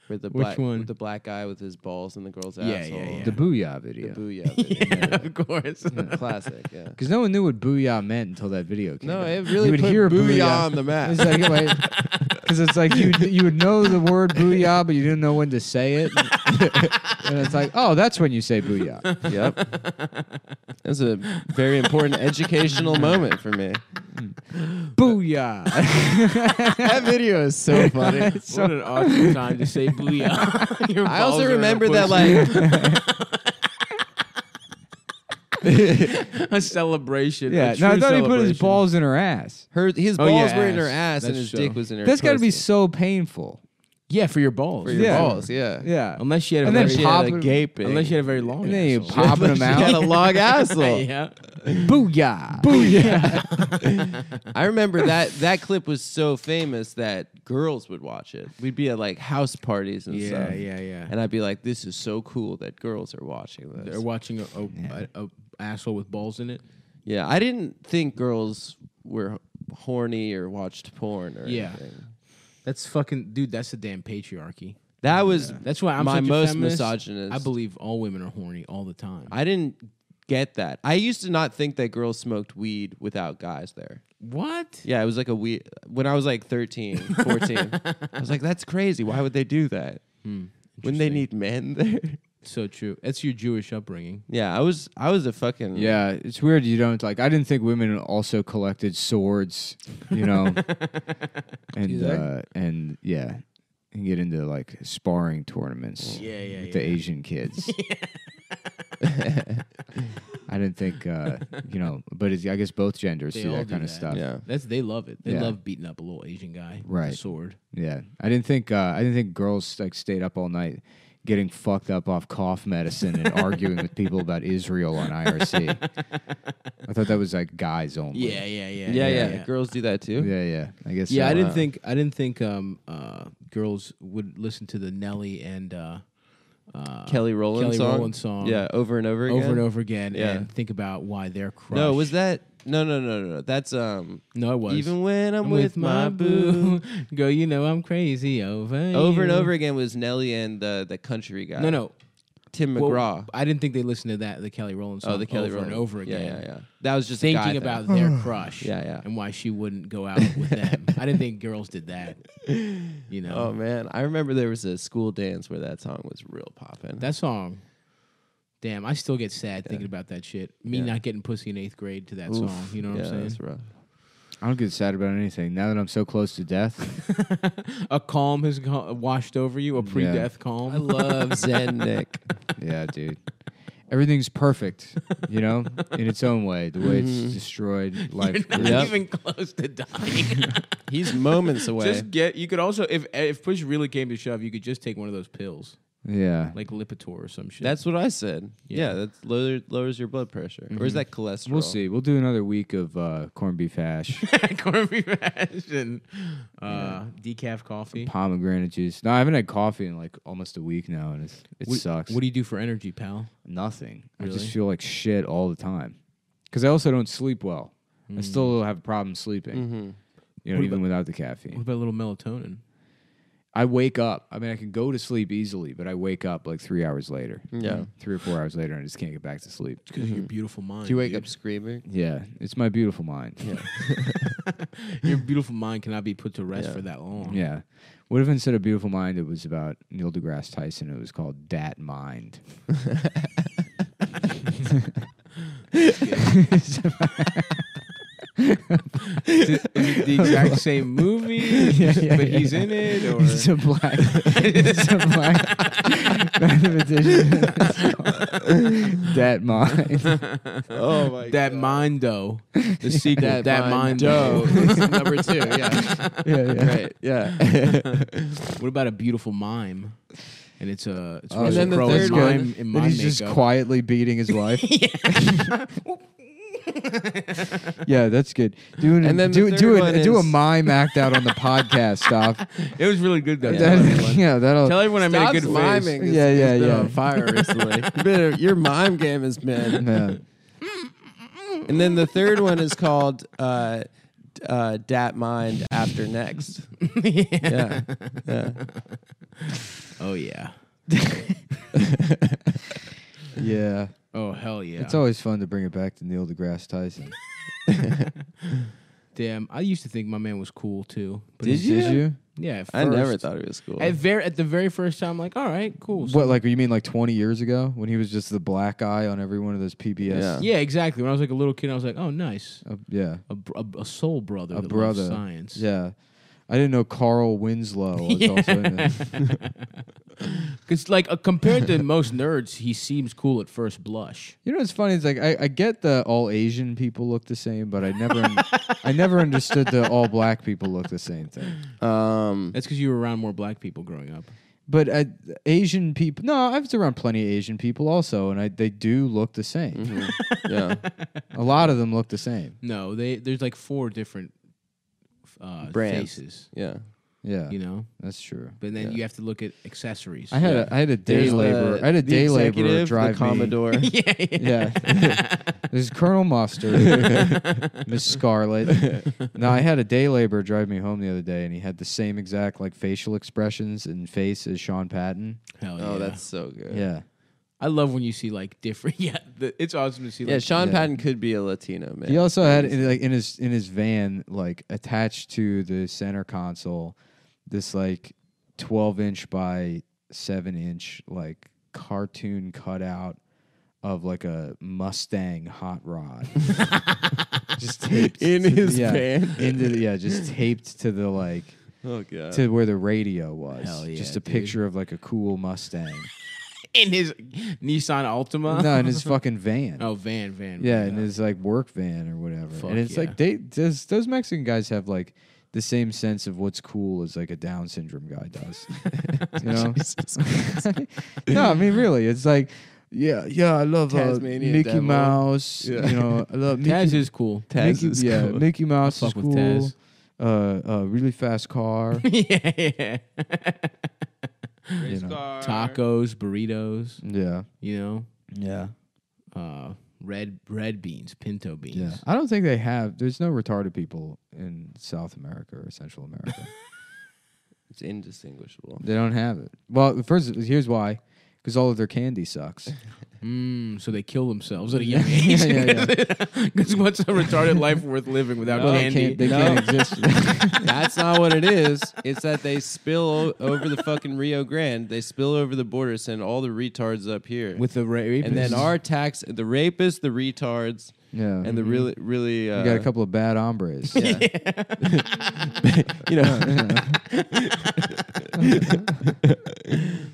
with the Which black one? With the black guy with his balls in the girl's Yeah, yeah, asshole. yeah. The booyah video. The booyah. video. of course. Yeah, Classic. Yeah. Because no one knew what booyah meant until that video came. No, out. it you really would put hear booyah, on the map. It's like, because it's like you you would know the word booyah, but you didn't know when to say it. and it's like, oh, that's when you say booyah. yep. That's a very important educational moment for me. booyah. That video is so funny. what an awesome time to say booyah. Your balls I are also in a remember that pussy. like a celebration. a Yeah. No, I true thought he put celebration. his balls in her ass. her his Oh, balls yeah, were in her ass. ass and That's his true. dick was in her. That's got to be pussy. so painful. Yeah, for your balls. for your Yeah. balls. Yeah. Yeah. Unless she had a And then very uh, pop She had a it- gaping. unless you had a very long. And then you asshole. popping them She had a out. long asshole. yeah. booyah. Booyah. I remember that that clip was so famous that girls would watch it. We'd be at like house parties and Yeah, stuff. yeah, yeah. And I'd be like, "This is so cool that girls are watching this." They're watching a, a, a, a asshole with balls in it. yeah, I didn't think girls were horny or watched porn or Yeah. anything. That's fucking dude. That's the damn patriarchy. That was That's why I'm my such a most feminist. misogynist. I believe all women are horny all the time. I didn't get that. I used to not think that girls smoked weed without guys there. what? Yeah, it was like a weed when I was like 13, 14. I was like, "That's crazy. Why would they do that? Hmm, Wouldn't they need men there?" So true. That's your Jewish upbringing. Yeah, I was I was a fucking yeah. It's weird. You don't like. I didn't think women also collected swords. You know. and uh, and yeah, and get into like sparring tournaments. Yeah, yeah, with yeah. the Asian kids. I didn't think, uh, you know, but it's, I guess both genders They do all that do kind that. of stuff. Yeah. That's they love it. They Yeah. love beating up a little Asian guy with a Right. sword. Yeah, I didn't think uh, I didn't think girls like stayed up all night getting fucked up off cough medicine and arguing with people about Israel on IRC. I thought that was like guys only. Yeah, yeah, yeah, Yeah, yeah, Girls do that too. yeah, yeah. I guess. uh, Yeah, so. I didn't think I didn't think um, uh, girls would listen to the Nelly and uh, uh, Kelly Rowland Kelly song. Rowland song. Yeah, over and over again. over and over again Yeah. and think about why they're crushed. No, was that No, no, no, no, no. That's um no? It was Even when I'm, I'm with, my boo. girl. You know I'm crazy over over and you. over again was Nelly and the the country guy. No, no, Tim Well, McGraw. I didn't think they listened to that the Kelly Rowland song. oh, the Kelly over Rowland. and over Yeah, again. Yeah, yeah. That was just a guy Thinking thing. about their crush, Yeah, yeah. and why she wouldn't go out with them. I didn't think girls did that, you know. Oh man, I remember there was a school dance where that song was real poppin'. That song Damn, I still get sad thinking about that shit. Me Yeah. not getting pussy in eighth grade to that song. You know what yeah, I'm That's saying? rough. I don't get sad about anything. Now that I'm so close to death, a calm has go- washed over you, a pre-death I calm. love Zen Nick. yeah, dude. Everything's perfect, you know, in its own way. The way it's destroyed life. Mm-hmm. Not Yep. even close to dying. He's moments away. just get. You could also, if if push really came to shove, you could just take one of those pills, Yeah. like Lipitor or some shit. that's what I said. Yeah, Yeah. Mm-hmm. that lower, lowers your blood pressure. Or is that cholesterol? We'll see. We'll do another week of uh, corned beef hash, corned beef hash and uh, decaf coffee. pomegranate juice. No, I haven't had coffee in like almost a week now, and it's, it what, sucks. What do you do for energy, pal? Nothing. I Really? just feel like shit all the time. Because I also don't sleep well. I still have a problem sleeping, you know, Mm-hmm. What even without the caffeine. What about a little melatonin? I wake up. I mean, I can go to sleep easily, but I wake up like three hours later. Yeah. Three or four hours later, and I just can't get back to sleep. Because of your beautiful mind. Do you wake dude. up screaming? Yeah, it's my beautiful mind. Yeah. Your beautiful mind cannot be put to rest Yeah. for that long. What if instead of beautiful mind, it was about Neil deGrasse Tyson? It was called Dat Mind. Is it- is it the exact same movie, yeah, but yeah, he's yeah. in it, or it's a black. it's a black mathematician. It's called Dat Mind. Oh my that Mondo, the sequel, that, Mondo. Mondo is number two. Yeah, Yeah, yeah. right. Yeah. What about a beautiful mime? And it's a it's Oh, Russell then the Crowe in third mime one- in Then mime he's just makeup. quietly beating his wife. yeah, that's good. Do an, And then the do, do, third an- one do a is- mime act out on the podcast. Stop. It was really good though. That- yeah, that'll. Tell everyone I made a Stop good miming. face. It's- Yeah, it's yeah, been yeah. On fire recently. You better- your mime game has been. yeah. And then the third one is called uh, d- uh, Dat Mind After Next. Yeah. yeah. Oh yeah. yeah. Oh hell yeah. It's always fun to bring it back to Neil deGrasse Tyson. Damn, I used to think my man was cool too. But Did it's- you? Did you? Yeah. At first. I never thought it was cool. At very at the very first time, like, all right, cool. so- What, like, you mean like 20 years ago when he was just the black guy on every one of those PBS? Yeah. Yeah, exactly. When I was like a little kid, I was like, oh, nice. Uh, yeah. A, br- a, a soul brother. A that loves brother. Science. Yeah. I didn't know Carl Winslow was also in this. Because, like, uh, compared to most nerds, he seems cool at first blush. You know what's funny? It's like I, I get the all Asian people look the same, but I never I never understood the all black people look the same thing. um, That's because you were around more black people growing up. But I, Asian people, no, I was around plenty of Asian people also, and I, they do look the same. Mm-hmm. yeah. A lot of them look the same. No, they there's like four different uh, Brands. faces, Yeah. Yeah, you know? that's true. But then you have to look at accessories. I had a, I had a day There's the- laborer. I had a uh, the day laborer executive, drive the Commodore. yeah, yeah. Me. Yeah, there's Colonel Mustard, Miss Scarlet. No, I had a day laborer drive me home the other day, and he had the same exact like facial expressions and face as Sean Patton. Hell yeah. Oh, that's so good. Yeah. I love when you see like different. Yeah, the, it's awesome to see. Yeah, Like, Sean Yeah. Patton could be a Latino man. He also had in, like in his in his van, like attached to the center console, this like twelve inch by seven inch like cartoon cutout of like a Mustang hot rod. just taped In to the- his yeah, van? Into the, yeah, just taped to the like Oh god. to where the radio was. Uh, Hell yeah, just a dude. picture of like a cool Mustang. in his Nissan Altima. no, in his fucking van. Oh, van, van. Yeah, van, and his like work van or whatever. Fuck and it's yeah. like they does those Mexican guys have like the same sense of what's cool as like a Down syndrome guy does. you know? no, I mean really, it's like yeah, yeah, I love uh, Tasmanian Mickey devil. Mouse. Yeah. You know, I love Mickey. Taz is cool. Taz Mickey- is yeah, cool. Mickey Mouse is fuck with cool. Taz. Uh, uh, really fast car. yeah, yeah. you know. Tacos, burritos, Yeah, you know, yeah, uh, red red beans, pinto beans. yeah. I don't think they have. There's no retarded people in South America or Central America. It's indistinguishable. They don't have it. Well, first here's why. because all of their candy sucks. Mm, so they kill themselves at a young age. Yeah, yeah, Because what's a retarded life worth living without Well, they candy? can't, they can't exist. That's not what it is. It's that they spill o- over the fucking Rio Grande. They spill over the border, send all the retards up here. With the rape. and then our tax, the rapists, the retards, yeah, and the really, really, uh, we got a couple of bad hombres. yeah. you know,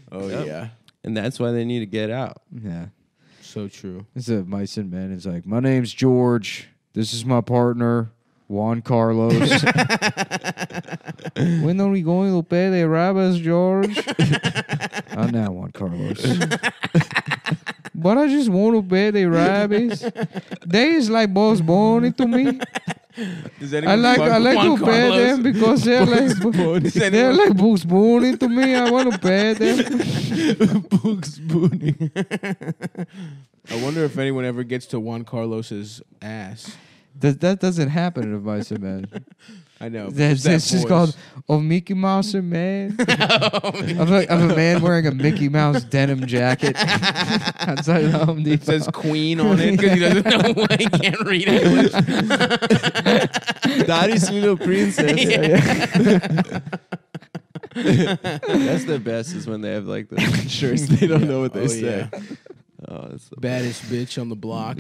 Oh, yeah. and that's why they need to get out. yeah. So true. It's a Meissen man. It's like, my name's George. This is my partner, Juan Carlos. when are we going to pay the rabbis, George? I now, Juan Carlos. but I just want to pay the rabbis. They is like boss bony to me. Does I anyone like fuck I like Juan to pay Carlos? them because they're like they're anyone- like boss bony to me. I want to pay them. Bugs Bunny. I wonder if anyone ever gets to Juan Carlos's ass. That that doesn't happen in a Meissen man. I know. That's, that that's just voice. called "Oh Mickey Mouse and Man." of, a, of a man wearing a Mickey Mouse denim jacket outside the Home It Depot. says Queen on it because he doesn't know why he can't read English. Daddy's little princess. That's the best is when they have like the shirts. They don't know what they Oh, say. yeah. Oh, that's the Baddest bitch on the block.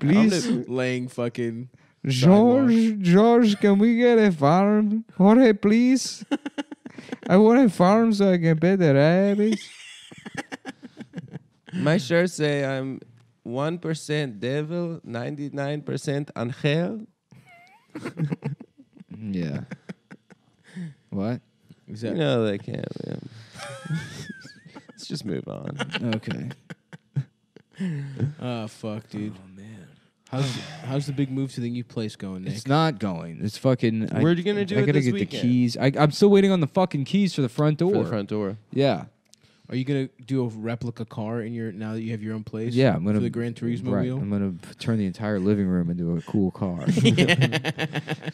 Please, Laying fucking. George, George, can we get a farm? Jorge, please. I want a farm so I can pet the rabbits. My shirts say I'm one percent devil, ninety nine percent angel. Yeah. What? Is You that- know they can't. Man. Let's just move on. Okay. Ah, fuck, dude. Oh, man. How's, how's the big move to the new place going, Nick? It's not going. It's fucking. Where are you gonna do I it gotta this get the weekend? keys. I, I'm still waiting on the fucking keys for the front door. For the front door. Yeah. Are you gonna do a replica car in your now that you have your own place? Yeah, I'm gonna for the Gran Turismo right, wheel. I'm gonna p- turn the entire living room into a cool car.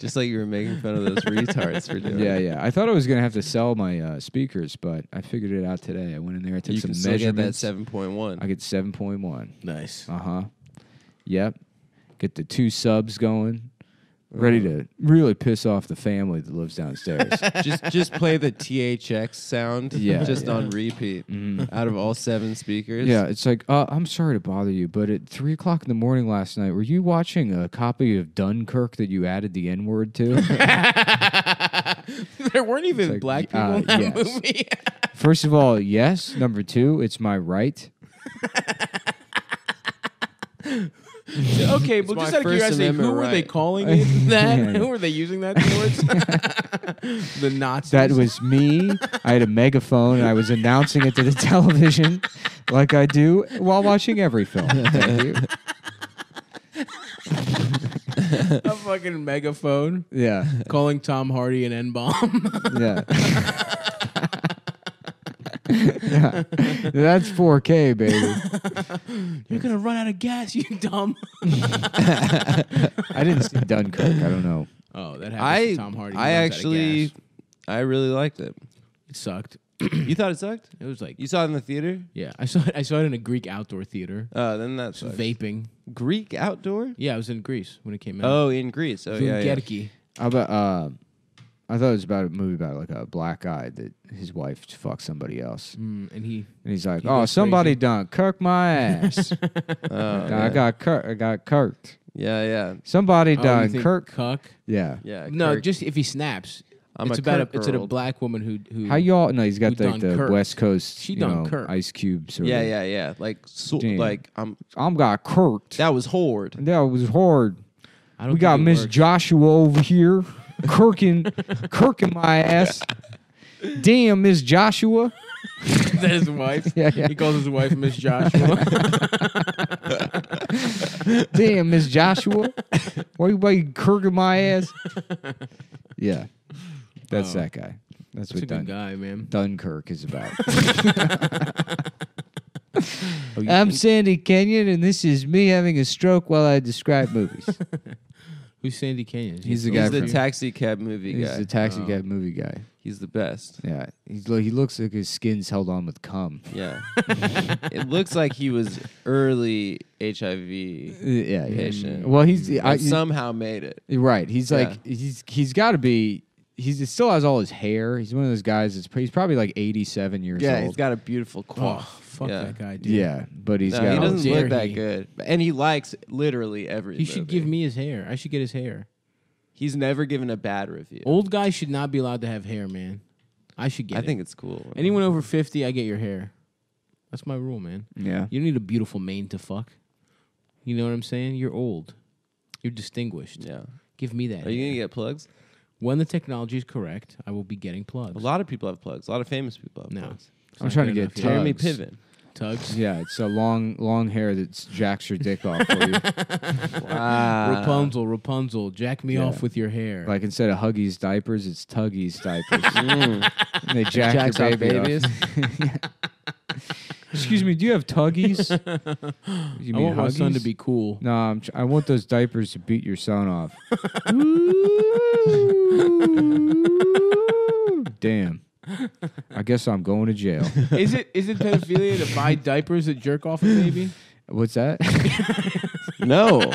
Just like you were making fun of those retards for doing. yeah, it. yeah. I thought I was gonna have to sell my uh, speakers, but I figured it out today. I went in there, I took You some can still get that measurements. seven point one. I get seven point one. Nice. Uh huh. Yep. Get the two subs going. Ready to really piss off the family that lives downstairs. just just play the THX sound. Yeah, Just yeah. on repeat. Mm-hmm. Out of all seven speakers. yeah, it's like uh, I'm sorry to bother you, but at three o'clock in the morning last night, were you watching a copy of Dunkirk that you added the N word to? there weren't even like, black people uh, in that yes. movie. First of all, yes. Number two, it's my right. okay, It's but my just out of First curiosity, who Amendment were they right. calling it that? Yeah. Who were they using that towards? the Nazis. That was me. I had a megaphone and I was announcing it to the television like I do while watching every film. Thank you. a fucking megaphone Yeah. calling Tom Hardy an N bomb. Yeah. yeah. That's 4K, baby. You're gonna run out of gas, you dumb. I didn't see Dunkirk. I don't know. Oh, that happens I to Tom Hardy. He I runs out of actually gas. I really liked it. it sucked. You thought it sucked? It was like You saw it in the theater? yeah, I saw it. I saw it in a Greek outdoor theater. Oh, then that's Just vaping. Greek outdoor? Yeah, I was in Greece when it came out. Oh, in Greece. Oh, yeah. yeah. Vungerki. How about uh I thought it was about a movie about like a black guy that his wife fucked somebody else. Mm, and he And he's like, He Oh, goes somebody crazy. done Kirk my ass. Oh, I yeah. got Kirk I got kirked. yeah, yeah. Somebody Oh, you done think Kirk. cuck. Yeah. Yeah. No, Uh, Kirk. just if he snaps. I'm it's a about Kirk a, it's at a girl. black woman who who How y'all? No, he's Mm. Who got like done the Kirk? West Coast. She you done know, Kirk. Ice cubes. Or Yeah, yeah, yeah. Like, so, Damn. like I'm. I'm got Kirked. That, That was Horde. was hard. I don't We think got it Miss works. Joshua over here, Kirking, Kirking my ass. Damn, Miss Joshua. Is that his wife? Yeah, yeah. He calls his wife Miss Joshua. Damn, Miss Joshua. Why you why you Kirking my ass? Yeah, that's Wow. that guy. Oh. That's That's, a what good done, guy, man. Dunkirk is about. Oh, I'm Sandy Kenyon, and this is me having a stroke while I describe movies. Who's Sandy Kenyon? Is he He's the a guy He's film the from- crew? taxi cab movie He's guy. the taxi Oh. cab movie guy. He's the best. Yeah, he's lo- he looks like his skin's held on with cum. Yeah. it looks like he was early HIV. Yeah, yeah. Patient. Well, he's I, and somehow made it. right. He's Yeah. like he's he's got to be. He's he still has all his hair. He's one of those guys that's pr- he's probably like eighty seven years Yeah, old. he's got a beautiful Oh, cough. fuck Yeah. that guy, dude. yeah, but he's No, got he all- doesn't Dare look that he. good. And he likes literally every He should movie. give me his hair. I should get his hair. He's never given a bad review. Old guys should not be allowed to have hair, man. I should get I it. think it's cool. anyone over 50, I get your hair. That's my rule, man. yeah. You don't need a beautiful mane to fuck. You know what I'm saying? You're old. You're distinguished. Yeah. Give me that. Are you hair. going to get plugs? when the technology is correct, I will be getting plugs. A lot of people have plugs. A lot of famous people have No. plugs. It's I'm not trying to good enough yet. get Jeremy Plugs. Piven. Tugs. Yeah, it's a long, long hair that jacks your dick off for you. Wow. Rapunzel, Rapunzel, jack me Yeah. off with your hair. Like instead of Huggies diapers, it's Tuggies diapers. And they jack Mm. Jacks your off baby off. Excuse me, do you have Tuggies? You I mean want my son to Huggies? be cool. No, I'm tr- I want those diapers to beat your son off. Damn. I guess I'm going to jail. is it is it pedophilia to buy diapers that jerk off a baby? What's that? no.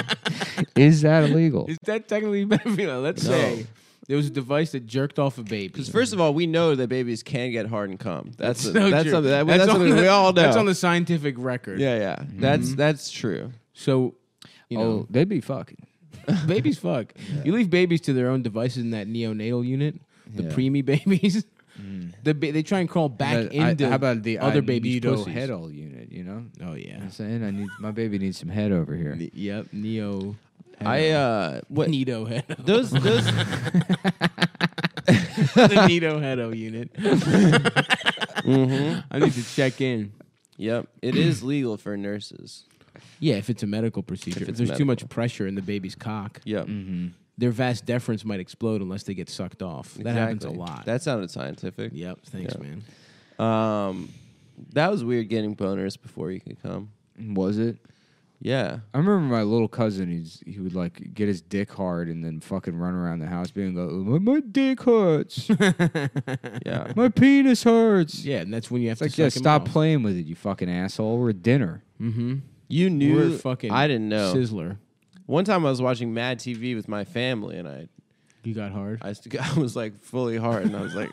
Is that illegal? Is that technically pedophilia? Let's No. say there was a device that jerked off a baby. Because first of all, we know that babies can get hard and cum. That's So that's true. something that, that's, on something the- we all know. That's on the Mm-hmm. scientific record. yeah, yeah. That's that's true. So, you Oh, know, they'd be fucking. Oh. babies fuck. You leave babies to their own devices in that neonatal unit. The Yeah. Mm. preemie babies. The ba- they try and crawl back I- into. how about the other I baby's needo pussies? head all unit? You know, oh I'm yeah. saying I need my baby needs some head over here. Ne- yep. Neo. I uh what Neato head. those those the Neato Hedo unit. Mm-hmm. I need to check in. Yep. It is legal for nurses. Yeah, if it's a medical procedure. If, it's there's too much medical. pressure in the baby's cock, Yep. their vas deferens might explode unless they get sucked off. That happens a Exactly. lot. That sounded scientific. yep. Thanks, Yeah. man. Um that was weird getting boners before you could come. Was it? Yeah. I remember my little cousin. He's he would like get his dick hard and then fucking run around the house being like, "My, my dick hurts. Yeah. my penis hurts." Yeah, and that's when you have It's like, to yeah, suck him off. stop Mm-hmm. playing with it, you fucking asshole. We're at dinner. you We're knew fucking. I didn't know. Sizzler. One time I was watching Mad TV with my family and I You got hard. I, st- I was like fully hard and I was like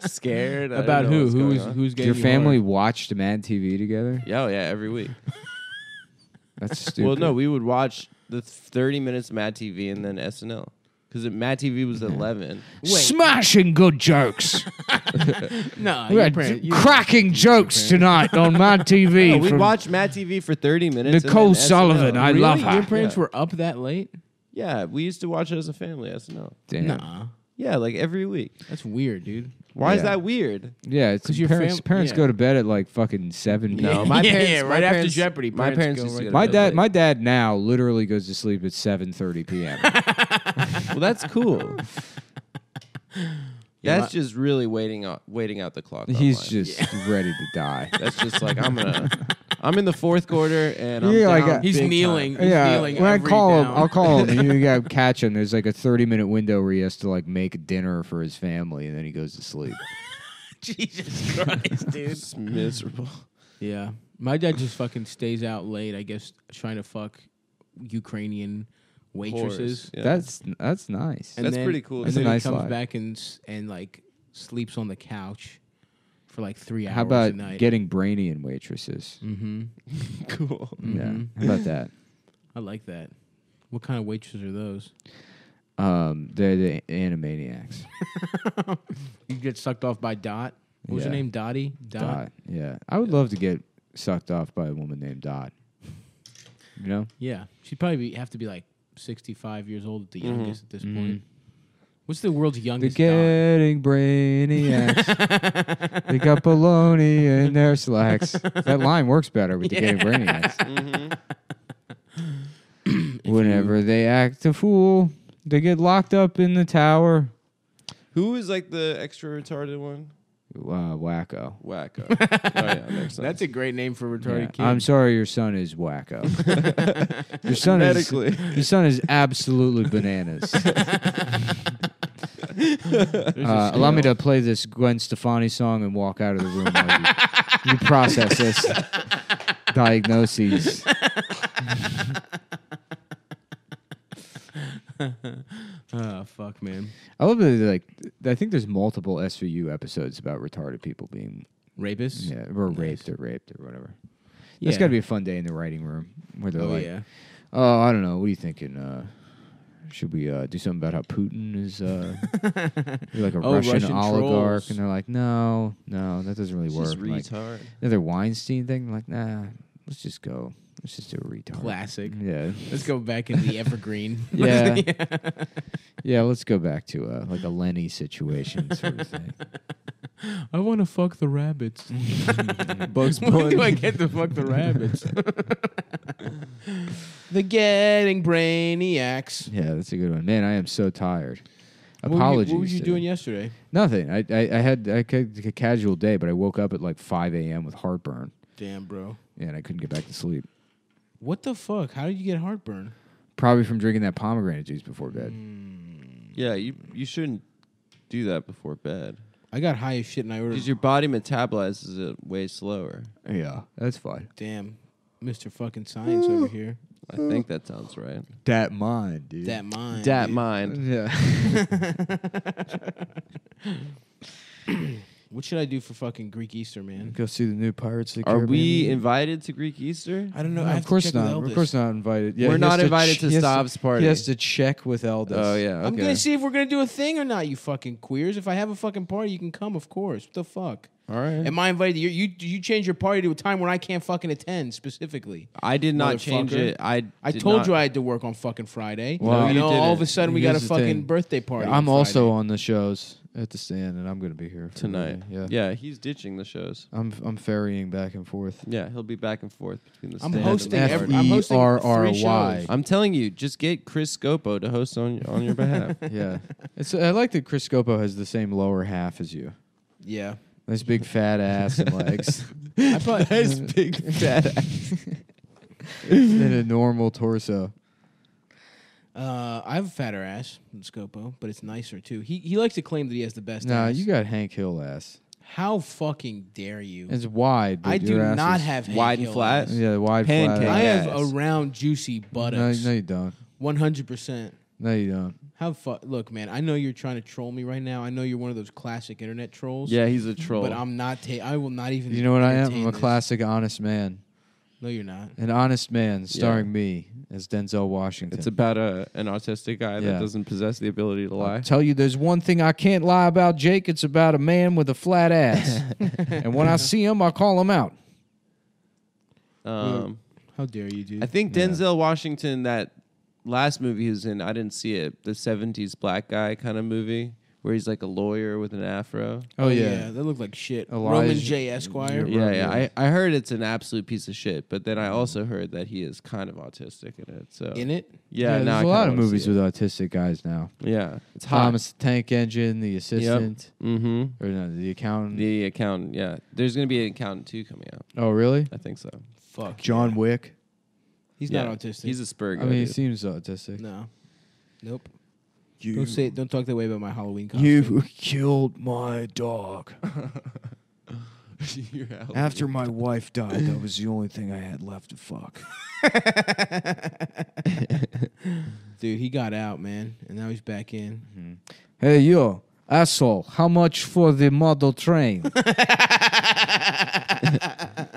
scared I didn't About know who? what was Who going is on. who's getting Your you family hard? watched Mad TV together. Yeah, oh, yeah, every week. That's stupid. well, no, we would watch the 30 minutes of Mad TV and then SNL because Mad TV was at 11. smashing good jokes. No, We your had parent- you- cracking jokes tonight on Mad TV. No, we'd from- watch Mad TV for 30 minutes. and Nicole then Sullivan, SNL. I Really? love her. Your parents Yeah. were up that late? Yeah, we used to watch it as a family, SNL. Damn. Nah, Yeah, like every week. that's weird, dude. Why is Yeah. that weird? Yeah, it's 'Cause your parents. fam- parents yeah. go to bed at like fucking seven. No, p.m. my Yeah, parents. yeah, my right after parents- Jeopardy, my parents parents go used to right go to My bed dad, late. my dad now literally goes to sleep at seven thirty p.m. Oh well, that's cool. Yeah, that's just really waiting out, waiting out the clock. He's online. just ready to die. That's just like I'm gonna. I'm in the fourth quarter and I'm Yeah, like, down uh, He's big time. kneeling. He's yeah, kneeling when I every call him, down. I'll call him. and You gotta catch him. There's like a thirty minute window where he has to like make dinner for his family, and then he goes to sleep. Jesus Christ, dude. It's miserable. Yeah. My dad just fucking stays out late, I guess, trying to fuck Ukrainian waitresses. Horrors, yeah. That's that's nice. That's pretty cool. And That's a then nice he comes life. back and s- and like sleeps on the couch for like three hours How a about night. getting brainy and waitresses? mm-hmm. cool. Yeah, how about that? I like that. What kind of waitresses are those? Um, they're the Animaniacs. You get sucked off by Dot. What was her Yeah. name? Dottie. Dot. Dot. Yeah, I would love to get sucked off by a woman named Dot. You know, Yeah, she'd probably be, have to be like sixty-five years old at the Mm-hmm. youngest at this point. What's the world's they're youngest? Dot? getting brainiacs. they got baloney in their slacks. That line works better with the getting brainiacs. Mm-hmm. Whenever they act a fool, they get locked up in the tower. Who is like the extra retarded one? uh, wacko. Wacko. oh yeah, makes sense. That's a great name for a Yeah. retarded kid. I'm sorry, your son is wacko. your son Medically. is your son is absolutely bananas. uh, allow me to play this Gwen Stefani song and walk out of the room. while you, you process this diagnoses. oh fuck, man. I love that. Like, I think there's multiple SVU episodes about retarded people being Rapist. yeah, or raped or raped or whatever. Yeah. It's got to be a fun day in the writing room where they're Oh like, yeah. "Oh, I don't know. What are you thinking? Uh, should we uh, do something about how Putin is uh, like a Oh, Russian, Russian oligarch?" trolls. And they're like, "No, no, that doesn't really It's work." just I'm like, retard. another Weinstein thing. I'm like, nah, let's just go. Let's just do a retard. Classic. Yeah. Let's go back into the evergreen. Mhm. Yeah. yeah, let's go back to uh, like a Lenny situation sort of thing. I want to fuck the rabbits. Bugs when do I Bunny. get to fuck the rabbits? the getting brainiacs. Yeah, that's a good one. Man, I am so tired. What were you- Apologies. What were you to- doing yesterday? Nothing. I, I, I had I had a casual day, but I woke up at like 5 a.m. with heartburn Damn, bro. and I couldn't get back to sleep. What the fuck? How did you get heartburn? Probably from drinking that pomegranate juice before bed. Yeah, you you shouldn't do that before bed I got high as shit and I ordered. because your body metabolizes it way slower. Yeah, that's fine. Damn, Mr. Fucking Science over here. I think that sounds right. That mine, dude. That mind. Dat dude. mind. Yeah. What should I do for fucking Greek Easter, man? go see the new Pirates of the Are Caribbean we movie. invited to Greek Easter? I don't know. No, I have of to course check with not. Of Eldest. course not invited. Yeah, We're he has not to invited ch- to he has Stav's party. He has to check with Eldest. Oh yeah. Okay. I'm gonna see if we're gonna do a thing or not. You fucking queers. If I have a fucking party, you can come. Of course. What the fuck? All right. Am I invited? You you, you change your party to a time when I can't fucking attend specifically. I did not change Motherfucker. it. I I did told not- you I had to work on fucking Friday. Well, you you know, all of a didn't. sudden we Here's got a the fucking thing. birthday party. I'm on also Friday. on the shows at the stand, and I'm going to be here for the tonight. day. Yeah. Yeah. he's ditching the shows. I'm I'm ferrying back and forth. E Yeah, he'll be back and forth between the. I'm stand and hosting the every- party. I'm hosting three F-E-R-R-Y. shows. I'm telling you, just get Chris Scopo to host on on your behalf. yeah, it's I like that Chris Scopo has the same lower half as you. Yeah. Nice big fat ass and legs, I put, big fat and a normal torso. uh, I have a fatter ass than Scopo, but it's nicer too. He he likes to claim that he has the best. Nah, ass. you got Hank Hill ass. How fucking dare you? It's wide. But I do your ass not is- have Hank wide and Hill flat. ass. Yeah, wide Pancake. flat. I have ass. a round, juicy No, buttocks. no, you don't. One hundred percent. No, you don't. How fu- Look, man. I know you're trying to troll me right now. I know you're one of those classic internet trolls. yeah, he's a troll. But I'm not. Ta- I will not even. You know what I am? entertain I'm a this. classic honest man. No, you're not. An honest man starring me as Denzel Washington. it's about a an autistic guy that Yeah. doesn't possess the ability to I'll lie. tell you, there's one thing I can't lie about, Jake. It's about a man with a flat ass. and when I see him, I call him out. Um, How dare you, dude? I think Denzel Washington that last movie he was in. I didn't see it. The '70s black guy kind of movie where he's like a lawyer with an afro. Oh, yeah. that looked like shit. Roman Elijah- J. Esquire. Yeah, yeah. I, I heard it's an absolute piece of shit, but then I also heard that he is kind of autistic in it. So In it. yeah, there's now I a kinda lot of wanna see movies it. with autistic guys now. yeah, it's hot. Thomas the Tank Engine, The Assistant, Mm-hmm. or no, The Accountant. The accountant. Yeah, there's gonna be an accountant two coming out. oh, really? I think so. Fuck. John yeah. Wick. He's Yeah, not autistic. He's Asperger. I mean, he dude. seems autistic. no. Nope. Don't say. Don't talk that way about my Halloween costume. killed my dog. You're out. After my wife died, that was the only thing I had left to fuck. Dude, he got out, man, and now he's back in. Hey, yo, asshole, how much for the model train?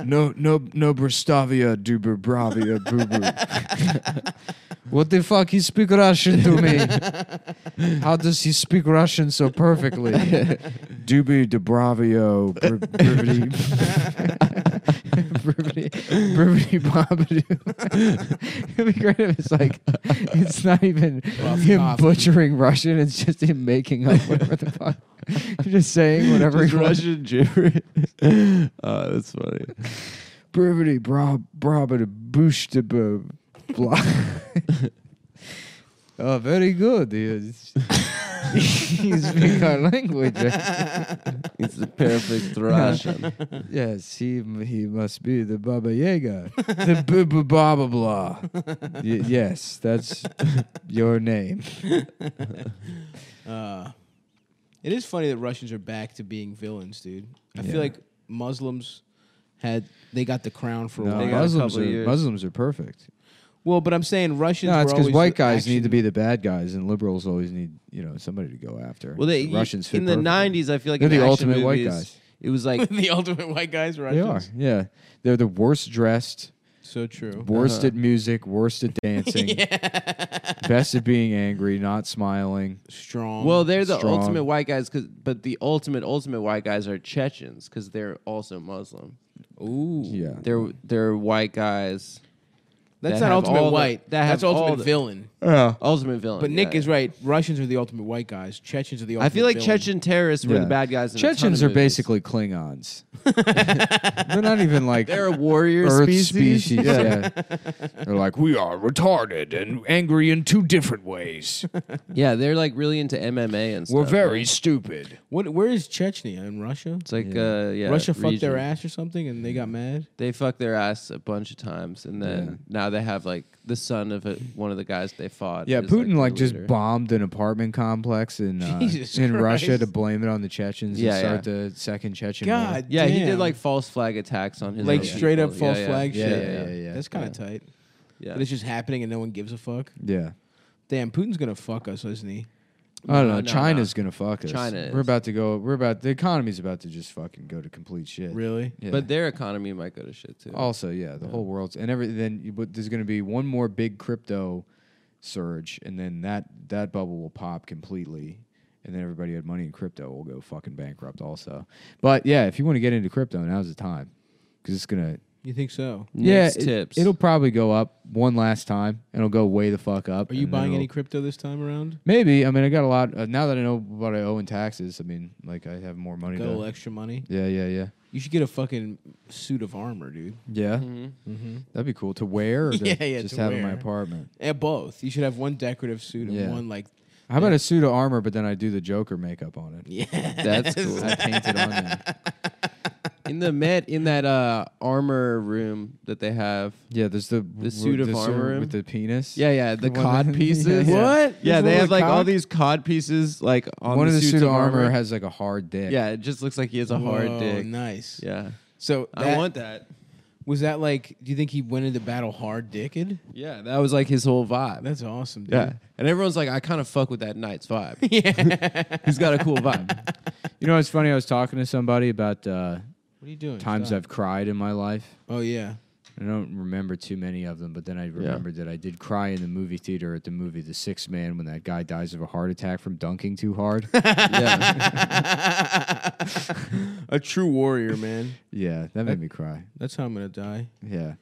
no, no, no, Bristavia, duber, bravia, boo boo. what the fuck? He speak Russian to me. How does he speak Russian so perfectly? Dubi, dubravio, br- brivity. brivity, brivity, bobbity. It'd be great if it's like, it's not even him cough. butchering Russian, it's just him making up whatever the fuck. You're just saying whatever Just he wants. Russian gibberish. oh, that's funny. Brivity bra brabada boosh de bo- blah. Oh, very good. Yes. you speak our language. It's the perfect Russian. yes, he m- he must be the Baba Yaga, the b- b- Baba Blah. Y- yes, that's your name. Uh, it is funny that Russians are back to being villains, dude. I Yeah. feel like Muslims had they got the crown for a No, They while. got a Muslims couple are of years. Muslims are perfect. Well, but I'm saying Russians. No, it's because because white guys need to be the bad guys, and liberals always need you know somebody to go after. Well, they The Russians fit in the perfectly. '90s. I feel like They're the in action ultimate white movies, guys. It was like the ultimate white guys. They are. Russians. Yeah, they're the worst dressed, So true. worst Uh-huh. at music, worst at dancing, best at being angry, not smiling. Strong. well, they're the Strong. ultimate white guys. Cause but the ultimate ultimate white guys are Chechens because they're also Muslim. ooh, Yeah, They're they're white guys. that's that not have all ultimate the- white. that have that's all ultimate the- villain. Ultimate villain. But Nick yeah. is right. Russians are the ultimate white guys. Chechens are the ultimate. I feel like villain. Chechen terrorists were Yeah. the bad guys. In a ton of Chechens are movies. basically Klingons. they're not even like they're a warrior Earth species. species. yeah. they're like we. are retarded and angry in two different ways. Yeah, they're like really into MMA and stuff. We're very right? stupid. What, where is Chechnya in Russia? It's like yeah. Uh, yeah Russia fucked their region. ass or something, and they got mad. They fucked their ass a bunch of times, and then now they have like the son of a, one of the guys they fought. Yeah, is, Putin like, their just leader. bombed an apartment complex in uh, Jesus in Russia Christ. to blame it on the Chechens Yeah, and start yeah. the second Chechen God, Yeah, he damn. did like false flag attacks on his like own straight up people. false yeah, flag Yeah, shit. yeah, yeah, yeah. That's kind of tight. Yeah, But it's just happening, and no one gives a fuck. War. Yeah. Damn, Putin's gonna fuck us, isn't he? I don't No, know. no, China's gonna fuck us. China We're is. about to go. We're about the economy's about to just fucking go to complete shit. Really? Yeah. But their economy might go to shit too. also, yeah, the whole world's and every then. you- But there's gonna be one more big crypto surge, and then that that bubble will pop completely, and then everybody who had money in crypto will go fucking bankrupt. Also, but yeah, if you want to get into crypto, now's the time because it's gonna You think so? Nick's it- tips. It'll probably go up one last time, and it'll go way the fuck up. Are you and then buying any it'll- crypto this time around? Maybe. I mean, I got a lot. Uh, now that I know what I owe in taxes, I mean, like I have more money. Got a to, little extra money. yeah, yeah, yeah, You should get a fucking suit of armor, dude. yeah. Mm-hmm. That'd be cool to wear. Or to Mm-hmm. Yeah, yeah, Just to have in my wear. apartment. Yeah, Eh, both. You should have one decorative suit and Yeah. one like. How about a suit of armor, but then I do the Joker makeup on it? Yeah, That's cool. I paint it on there. in the Met in that uh, armor room that they have. Yeah, there's the The suit of armor with the penis. Yeah, yeah, the One cod of the- pieces. Yeah, yeah. What? Yeah, There's one they with have a like all cock? these cod pieces like on One of the the suits suit of armor, has like a hard dick. Yeah, it just looks like he has a Whoa, hard dick. Nice. Yeah, So I that- want that. Was that like? Do you think he went into battle hard dicked? Yeah, that was like his whole vibe. That's awesome, dude. yeah, and everyone's like, I kind of fuck with that Knight's vibe. yeah, he's got a cool vibe. You know, it's funny. I was talking to somebody about uh, What are you doing? times Stop. I've cried in my life. Oh yeah. I don't remember too many of them, but then I remembered that I did cry in the movie theater at the movie The Sixth Man when that guy dies of a heart attack from dunking too hard. A true warrior, man. yeah, that made me cry. That's how I'm gonna die. Yeah.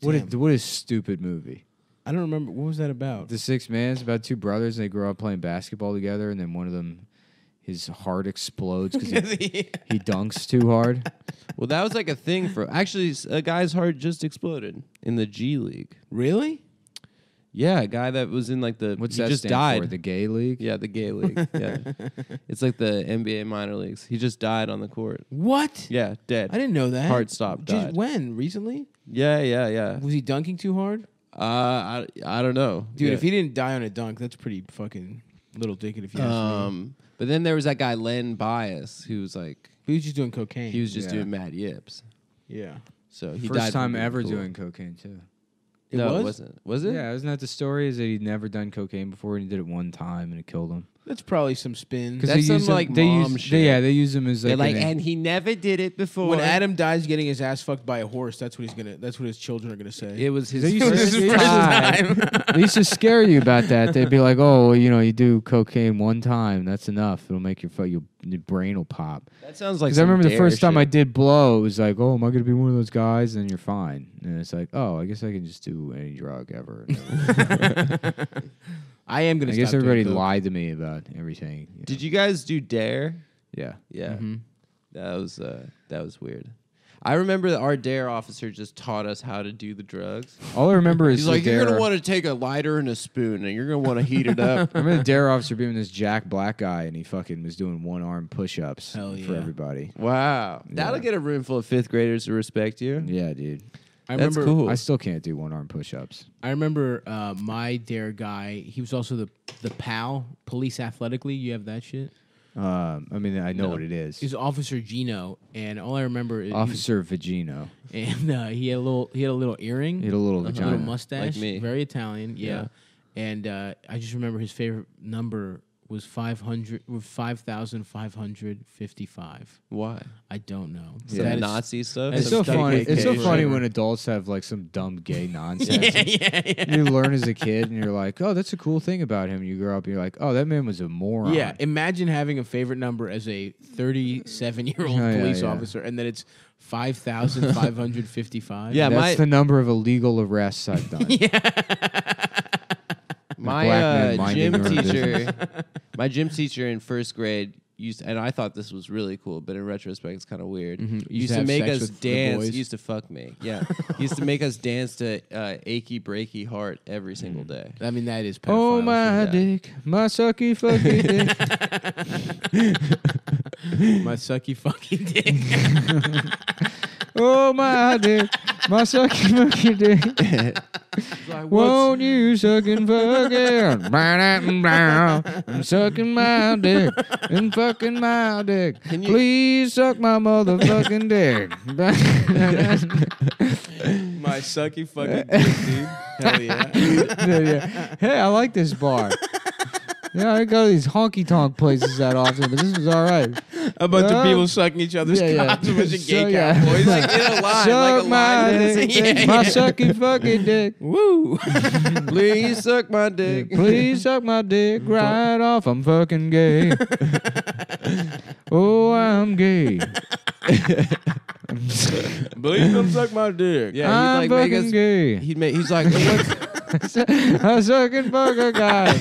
What a, what a stupid movie. I don't remember what was that about. The Sixth Man is about two brothers and they grow up playing basketball together, and then one of them, his heart explodes because he, he dunks too hard. Well, that was like a thing for actually s- a guy's heart just exploded in the G League. really? Yeah, a guy that was in like the What's he that just stand died. for? The gay league? yeah, the gay league. Yeah, it's like the NBA minor leagues. He just died on the court. What? Yeah, dead. I didn't know that. Heart stop, Just died. when? Recently? Yeah, yeah, yeah. Was he dunking too hard? Uh, I I don't know, Dude, Yeah. if he didn't die on a dunk, that's pretty fucking little dicked if you ask me. Um, but then there was that guy Len Bias who was like But he was just doing cocaine. he was just Yeah. doing mad yips. yeah. So he died First from time being ever cool. doing cocaine, too. It no, was? it wasn't. Was it? Yeah, isn't that the story? Is that he'd never done cocaine before and he did it one time and it killed him? That's probably some spin. 'Cause That's they use some, him- like, they mom use, shit. They, yeah, they use him as They're like, like, an- and he never did it before. when Adam dies getting his ass fucked by a horse, that's what he's gonna. That's what his children are gonna say. it was his They used to- first they used to- time. they used to scare you about that. They'd be like, "Oh, well, you know, you do cocaine one time, that's enough. It'll make your fu- your, your brain will pop." That sounds like Because I remember the first time I I did blow, it was like, "Oh, am I gonna be one of those guys?" And you're fine. And it's like, "Oh, I guess I can just do any drug ever." and ever." I am I gonna. guess stop doing everybody coke. lied to me about everything. you know. Did you guys do Dare? Yeah. Yeah, that was uh, that was weird. I remember the- our dare officer just taught us how to do the drugs. All I remember is He's the like, you're dare- gonna want to take a lighter and a spoon, and you're gonna want to heat it up. I remember the dare officer being this Jack Black guy, and he fucking was doing one arm push ups Hell for yeah. everybody. Wow, that'll Yeah. get a room full of fifth graders to respect you. Yeah, dude. I That's remember cool. I still can't do one arm push ups. I remember uh, my dare guy. He was also the the PAL, police athletically. You have that shit. Um, I mean, I know what it is. He's Officer Gino, and all I remember is Officer Vagino. and uh, he had a little he had a little earring, He had a little a little vagina. mustache, like me. very Italian, yeah. And uh, I just remember his favorite number was 500 was 5555. Why? I don't know. Some That is- Nazi stuff. It's Some so Some funny. It's so KKK. funny when adults have like some dumb gay nonsense. You learn as a kid, and you're like, "Oh, that's a cool thing about him." You grow up, and you're like, "Oh, that man was a moron." yeah, imagine having a favorite number as a 37-year-old Oh, yeah, police yeah. officer and then it's 5555. Yeah, that's my- the number of illegal arrests I've done. my black man uh, minding gym your own teacher, my gym teacher in first grade used, and I thought this was really cool, but in retrospect, it's kind of weird. Used, Used to to, have make sex us with the dance. boys. Used to fuck me. Yeah, used to make us dance to uh, "Achy Breaky Heart" every single day. I mean that is Oh pedophile. my yeah. dick, my sucky fucky dick. my sucky fucking dick. Oh my dick, my sucky fucky dick. Won't you suck and fuck it? I'm sucking my dick and fucking my dick. Please suck my motherfucking dick. My sucky fucking dick, dude. Hell yeah! Yeah, yeah. Hey, I like this bar. Yeah, I go to these honky tonk places that often, but this was all right. A bunch Yeah. of people sucking each other's Yeah, yeah. cocks. A bunch of gay So, yeah. cowboys. Like in a line, Suck like a my line dick, dancing. Yeah, my yeah. sucky fucking dick. Woo! Please suck my dick. Please suck my dick right off. I'm fucking gay. oh, I'm gay. Please come suck my dick. Yeah, I'm he'd like make fucking us. gay. He'd make. He's like, "What's- I suck and fuck a guy.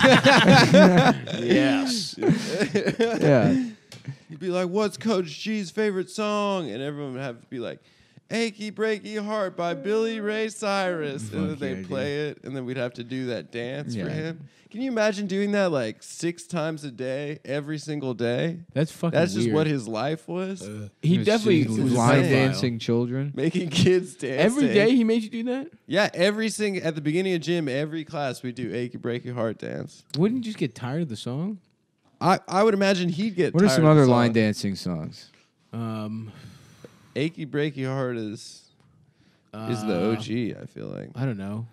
Yes. yeah. He'd be like, "What's Coach G's favorite song?" And everyone would have to be like, "Achy Breaky Heart" by Billy Ray Cyrus, and then Fuck they yeah, would play it, and then we'd have to do that dance Yeah. for him. Can you imagine doing that like six times a day, every single day? That's fucking. That's just weird. what his life was, He definitely Just was line pedophile. dancing children. making kids dance Every to day Achy- he made you do that. Yeah, every single at the beginning of gym, every class we do "Achy Breaky Heart" dance. Wouldn't you just get tired of the song? I, I would imagine he'd get. What are tired some of the other song. line dancing songs? Um, "Achy Breaky Heart" is is the uh, OG. I feel like I don't know.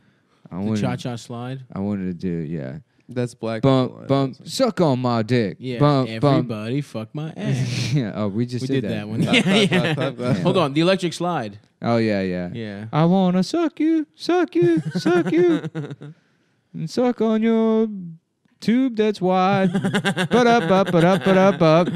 I The cha wanted, cha slide. I wanted to do, yeah. that's black. People Bump, Line. bump, suck on my dick. Yeah. bump, bump. Everybody fuck my ass. yeah. Oh, we just we did, did that one. Clap, Yeah, clap, yeah. clap, clap, clap. Hold on. The electric slide. Oh yeah, yeah. Yeah. I wanna suck you, suck you, suck you, and suck on your tube that's wide. But up, up, but up, but up, up.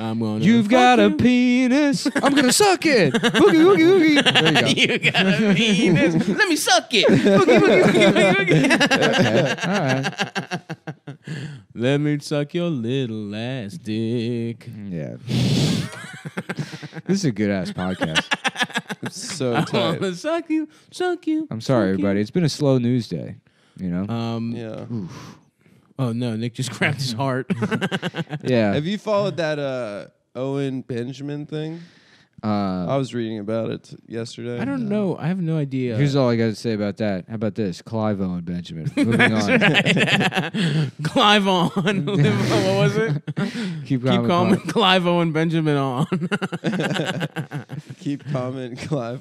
I'm gonna. You've fuck got a you. penis. I'm gonna suck it. Boogie, boogie, boogie. There you go. You got a penis. Let me suck it. Boogie, boogie, boogie, boogie, boogie. All right. Let me suck your little ass dick. Yeah. this is a good ass podcast. So tight. Wanna suck you, suck you. I'm sorry, suck you. everybody. It's been a slow news day. You know. Um. Yeah. Hmm. Oh no, Nick just grabbed his heart. yeah. Have you followed that uh, Owen Benjamin thing? Uh, I was reading about it yesterday. I don't know. I have no idea. Here's all I got to say about that. How about this? Clive Owen Benjamin. Moving on. Clive on. what was it? Keep, Keep calling calm. him Clive Owen Benjamin on. Keep commenting, Clive.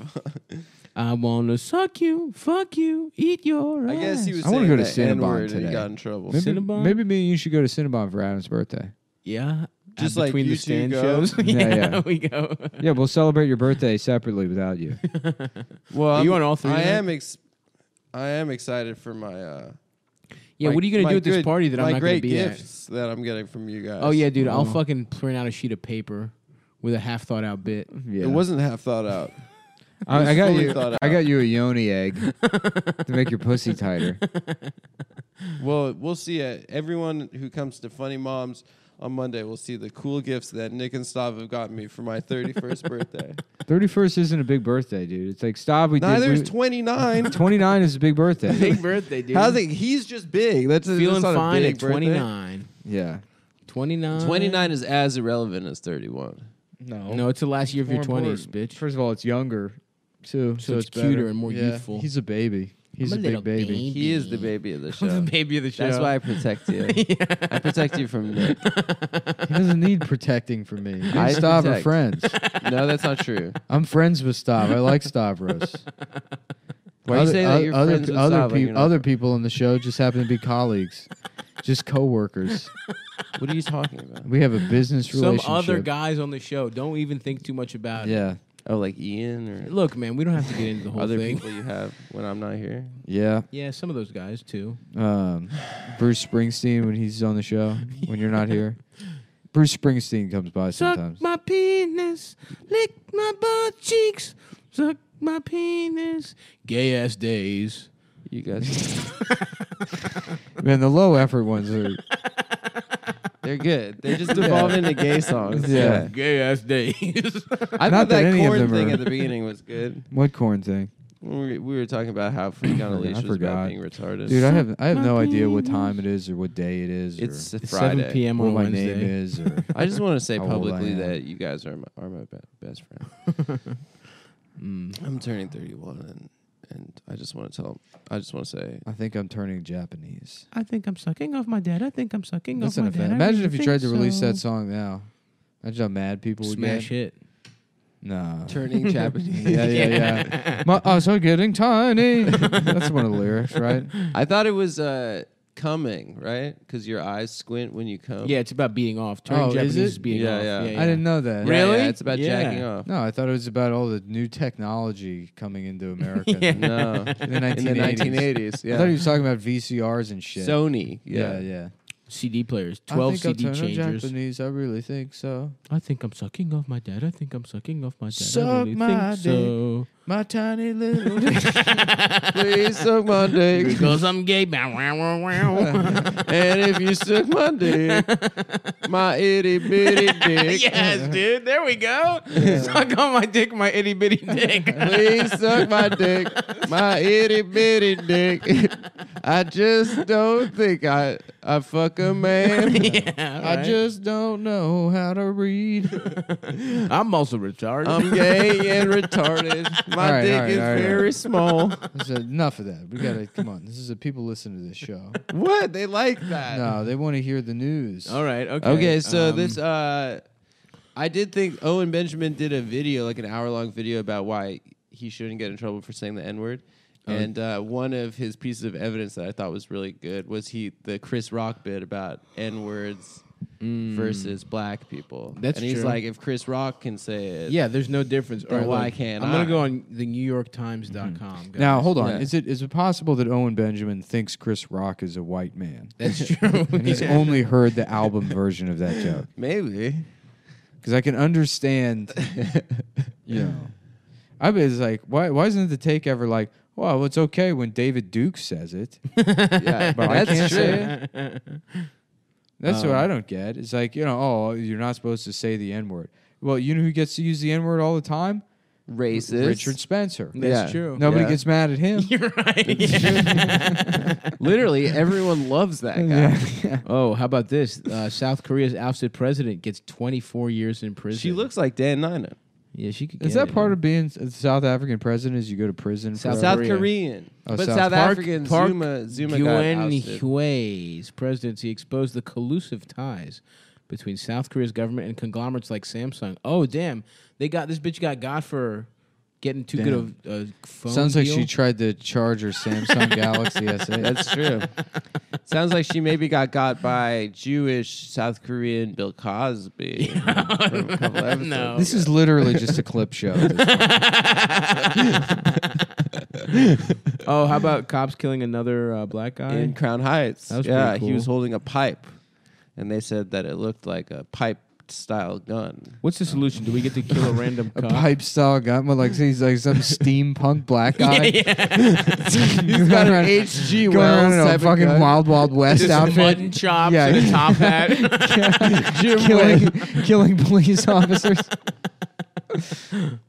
I wanna suck you, fuck you, eat your I guess he ass. was I wanna saying go to that Cinnabon N-word and today. he got in trouble. Maybe, Cinnabon? maybe me and you should go to Cinnabon for Adam's birthday. Yeah. Just uh, like between you the two stand go. shows. Yeah, yeah, yeah. we go. Yeah, we'll celebrate your birthday separately without you. Well, Are you I'm- on all three I tonight? am. Ex- I am excited for my. Uh, Yeah, my- what are you gonna my do at this good- party that my I'm not gonna great be gifts that I'm getting from you guys. at? Oh yeah, dude, I'll fucking print out a sheet of paper with a half thought out bit. Yeah. It wasn't half thought out. I, I got fully you. thought I got you a yoni egg to make your pussy tighter. Well, we'll see. Uh, everyone who comes to Funny Moms, on Monday will see the cool gifts that Nick and Stav have gotten me for my 31st birthday. Thirty first isn't a big birthday, dude. It's like stop. We Neither is did. 29. Twenty nine is a big birthday. Big birthday, dude. How's it? He's just big. That's a, feeling that's not a fine big at birthday. 29? yeah. 29. 29 is as irrelevant as 31. No. No, it's the last year of your 20s, bitch. First of all, it's younger, too. So, it's, better. cuter and more Yeah. youthful. He's a baby. He's I'm a, a big little baby. baby. He is the baby of the show. baby of the That's why I protect you. I protect you from Nick. He doesn't need protecting from me. Me I and Stav are protect. friends. No, that's not true. I'm friends with Stav. I like Stavros. Why you say that you're other, friends with other, Sava? peop- You're not- other people on the show just happen to be colleagues, just coworkers. What are you talking about? We have a business Some relationship. other guys on the show. Don't even think too much about it. Yeah, Oh, like Ian Look, man, we don't have to get into the or whole other thing. people you have when I'm not here? yeah. Yeah, some of those guys too. Um, Bruce Springsteen when he's on the show when you're not here. Bruce Springsteen comes by sometimes. Suck my penis, lick my butt cheeks, suck my penis. Gay ass days. You guys, Man, the low effort ones are. they're good. They just evolved into gay songs. Oh, Yeah. Gay ass days. I Not thought that that, any of corn them thing are- at the beginning was good. What corn thing, When We, we were talking about how Freak on a I Leash was forgot. about being retarded. dude? I have I have no idea what time it is or what day it is. it's or a It's Friday. 7 p.m. what on my Wednesday. name is. Or I just want to say How old I publicly am. that you guys are my, are my be- best friend. mm, I'm turning 31, and, and I just want to tell. I just want to say I think I'm turning Japanese. I think I'm sucking off my dad. I think I'm sucking off That's an my dad. offense. I Imagine really if you think tried to release so. that song now. Imagine how mad people would smash get. hit. Nah. turning Japanese. yeah, yeah, yeah. My eyes are getting tiny. That's one of the lyrics, right? I thought it was uh, coming, right? Because your eyes squint when you come. Yeah, it's about beating off. Turning Oh, is Japanese it? is beating Yeah, off. yeah. I didn't know that. Yeah, Really? yeah, it's about Yeah. jacking off. No, I thought it was about all the new technology coming into America Yeah. in, the, No. in the 1980s. In the 1980s, I thought he yeah. was talking about VCRs and shit. Sony, yeah, yeah. yeah. CD players, I 12 think CD I'm turning changers. Japanese. I really think so. I think I'm sucking off my dad. I think I'm sucking off my dad. I Suck really my think so. My tiny little. Please suck my dick, Because I'm gay. Bow, wow, wow, wow. and if you suck my dick, my itty bitty dick. yes, dude. There we go. Suck on my dick, my itty bitty dick. Please suck my dick, my itty bitty dick. I just don't think I I fuck a man. yeah, I just don't know how to read. I'm also retarded. I'm gay and retarded. My All right, dick all right, is all right, all very right. small. That's enough of that. We gotta come on. This is a people listen to this show. What? They like that. No, they want to hear the news. All right. Okay. Okay, so um, this uh I did think Owen Benjamin did a video, like an hour long video about why he shouldn't get in trouble for saying the N word. Oh. And uh, one of his pieces of evidence that I thought was really good was he the Chris Rock bit about N words versus black people. Mm. That's and he's true. like, if Chris Rock can say it, Yeah, there's no difference. All Then right, why look, can't I'm going I? to go on the NewYorkTimes.com. guys. Now hold on. Yeah. Is it is it possible that Owen Benjamin thinks Chris Rock is a white man? That's true. And he's only heard the album version of that joke. maybe. Because I can understand you know. I was like, why why isn't the take ever like, well, it's okay when David Duke says it. Yeah, But I can't that's say true. it. That's Uh-huh. what I don't get. It's like, you know, oh, you're not supposed to say the N word. Well, you know who gets to use the N word all the time? Racist. Richard Spencer. That's Yeah. true. Nobody Yeah. gets mad at him. You're right. Yeah. Literally, everyone loves that guy. oh, how about this? Uh, South Korea's ousted president gets 24 years in prison. She looks like Dan Nina. Yeah, she could. Is that part of being a South African president? Is you go to prison? South for South Korea. Korean. Oh, but South- South Park- African Park Zuma Zuma got Yuen ousted. Hui's presidency exposed the collusive ties between South Korea's government and conglomerates like Samsung. Oh, damn! They got this bitch got got for getting too good of a phone. Sounds like deal. she tried to charge her Samsung Galaxy S8. That's true. Sounds like she maybe got got by Jewish South Korean Bill Cosby. from a couple episodes. No. this is literally just a clip show. at this point. oh, how about cops killing another uh, black guy? in Crown Heights. That was yeah, pretty he was cool. holding a pipe, and they said that it looked like a pipe style gun. What's the solution? Do we get to kill a random A cop? pipe style gun, but like he's like some steampunk black guy. he's got an H.G. going around in Wells a type of fucking gun. Wild Wild West Just outfit, mutton chops Yeah. and a top hat. killing, killing police officers.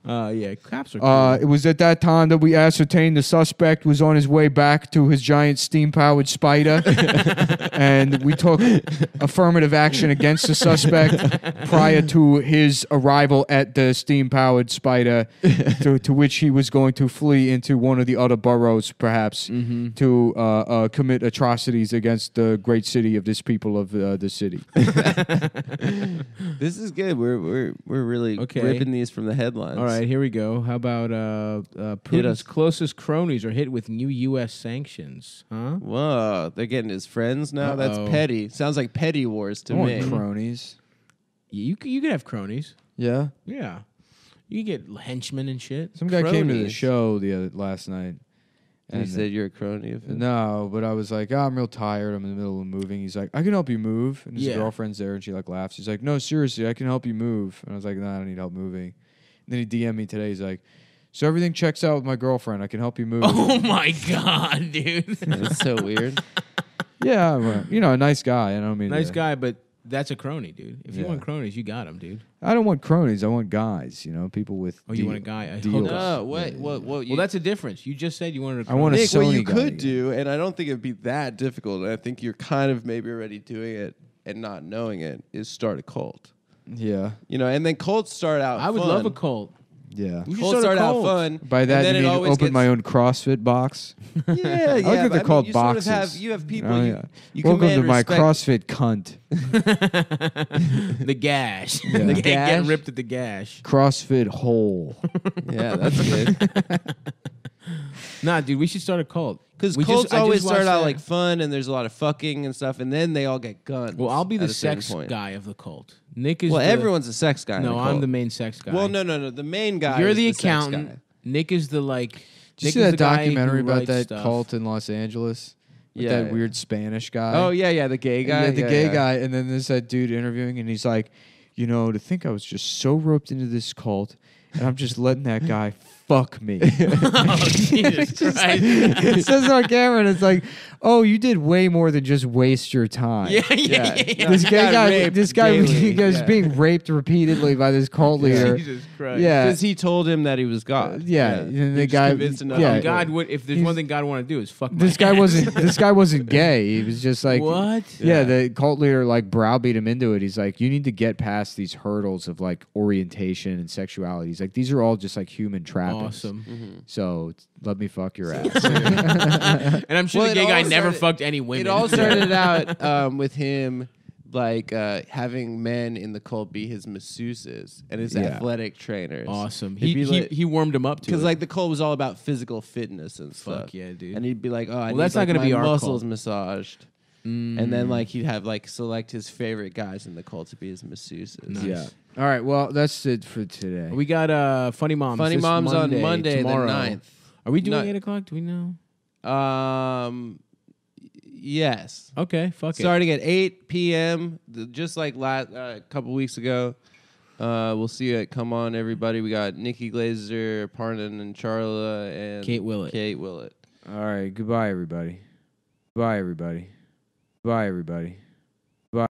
uh, yeah, cops are. Cool. Uh, it was at that time that we ascertained the suspect was on his way back to his giant steam powered spider. and we took affirmative action against the suspect prior to his arrival at the steam powered spider, to, to which he was going to flee into one of the other boroughs, perhaps, Mm-hmm. to uh, uh, commit atrocities against the great city of this people of uh, the city. This is good. We're we're we're really Okay. ripping these from the headlines. All right, here we go. How about uh, uh, us. Putin's closest cronies are hit with new U.S. sanctions? Huh? Whoa, they're getting his friends now. Uh-oh. That's petty. Sounds like petty wars to me. cronies. You c- you could have cronies. Yeah. Yeah, you could get henchmen and shit. Some guy came to the Cronies. show the other, last night. And he uh, said you're a crony of him. No, but I was like, "Ah, I'm real tired. I'm in the middle of moving. He's like, I can help you move. And his Yeah. girlfriend's there and she like laughs. She's like, No, seriously, I can help you move. And I was like, No, I don't need help moving. And then he DM'd me today. He's like, So everything checks out with my girlfriend. I can help you move. Oh my god, dude! That's so weird. yeah, well, you know, a nice guy. I don't mean nice to- guy, but that's a crony, dude. If you Yeah. want cronies, you got him, dude. I don't want cronies. I want guys. You know, people with. Oh, you deal- want a guy? I hope deals. not. No, what what what? You, Well, that's a difference. You just said you wanted a I crony. want a Nick, Sony what you guy. could do, and I don't think it'd be that difficult, and I think you're kind of maybe already doing it and not knowing it, is start a cult. Yeah, You know, and then cults start out. I would fun. love a cult. yeah. We should Cults start start a out cult. fun. By and that, then you it mean always open gets- my own CrossFit box. Yeah, yeah. they're but mean, called you sort of have, boxes. you have people. Oh, you, yeah. you Welcome to command my respect. CrossFit cunt. The gash. Yeah. the The gash. Get gash? ripped at the gash. CrossFit hole. yeah, that's good. Nah, dude, we should start a cult. Because We just- cults I just always start watched out that- like fun, and there's a lot of fucking and stuff, and then they all get guns. Well, I'll be at the a certain sex point. guy of the cult. Nick is. Well, the- everyone's a sex guy. in No, a I'm cult. the main sex guy. Well, no, no, no. The main guy. You're is the sex accountant. guy. Nick is the like. Did you Nick see is that the guy who documentary about writes that stuff. cult in Los Angeles? With Yeah, that yeah. weird Spanish guy. Oh yeah, yeah, the gay And guy. yeah, the yeah, gay yeah. guy, and then there's that dude interviewing, and he's like, you know, to think I was just so roped into this cult, and I'm just letting that guy fuck me. Oh, Jesus Christ. it says on camera, and it's like, oh, you did way more than just waste your time. yeah, yeah, Yeah. yeah. No, This he guy, got guy raped this guy, daily, he was yeah. being raped repeatedly by this cult leader. Jesus Christ. Yeah, Because he told him that he was God. yeah, and the was guy- convinced enough. yeah. to do it. God would if there's He's- one thing God want to do is fuck. this my guy ass. wasn't this guy wasn't gay. He was just like What? Yeah, the cult leader like browbeat him into it. He's like, you need to get past these hurdles of like orientation and sexuality. He's like, these are all just like human trappings. awesome. So t- let me fuck your ass. And I'm sure Well, the it gay guy all never started- fucked any women. It all started out um, with him like uh, having men in the cult be his masseuses and his Yeah. athletic trainers. awesome. He'd He be he, like- he warmed him up to Because it. like the cult was all about physical fitness and stuff. Fuck yeah, dude. And he'd be like, "Oh, I Well, need, that's not like, gonna my be our cult. muscles Mm. massaged." And then like he'd have like select his favorite guys in the cult to be his masseuses. yeah. All right. Well, that's it for today. we got uh funny moms. Funny this Moms on Monday, Monday the tomorrow. 9th. Are we doing No. eight o'clock? Do we know? Um, yes. Okay, fuck it. Starting at 8 p.m., th- just like last uh, couple weeks ago. Uh, we'll see you at Come On, everybody. We got Nikki Glazer, Parnan, and Charla, and Kate Willett. Kate Willett. all right. Goodbye, everybody. Goodbye, everybody. Goodbye, everybody.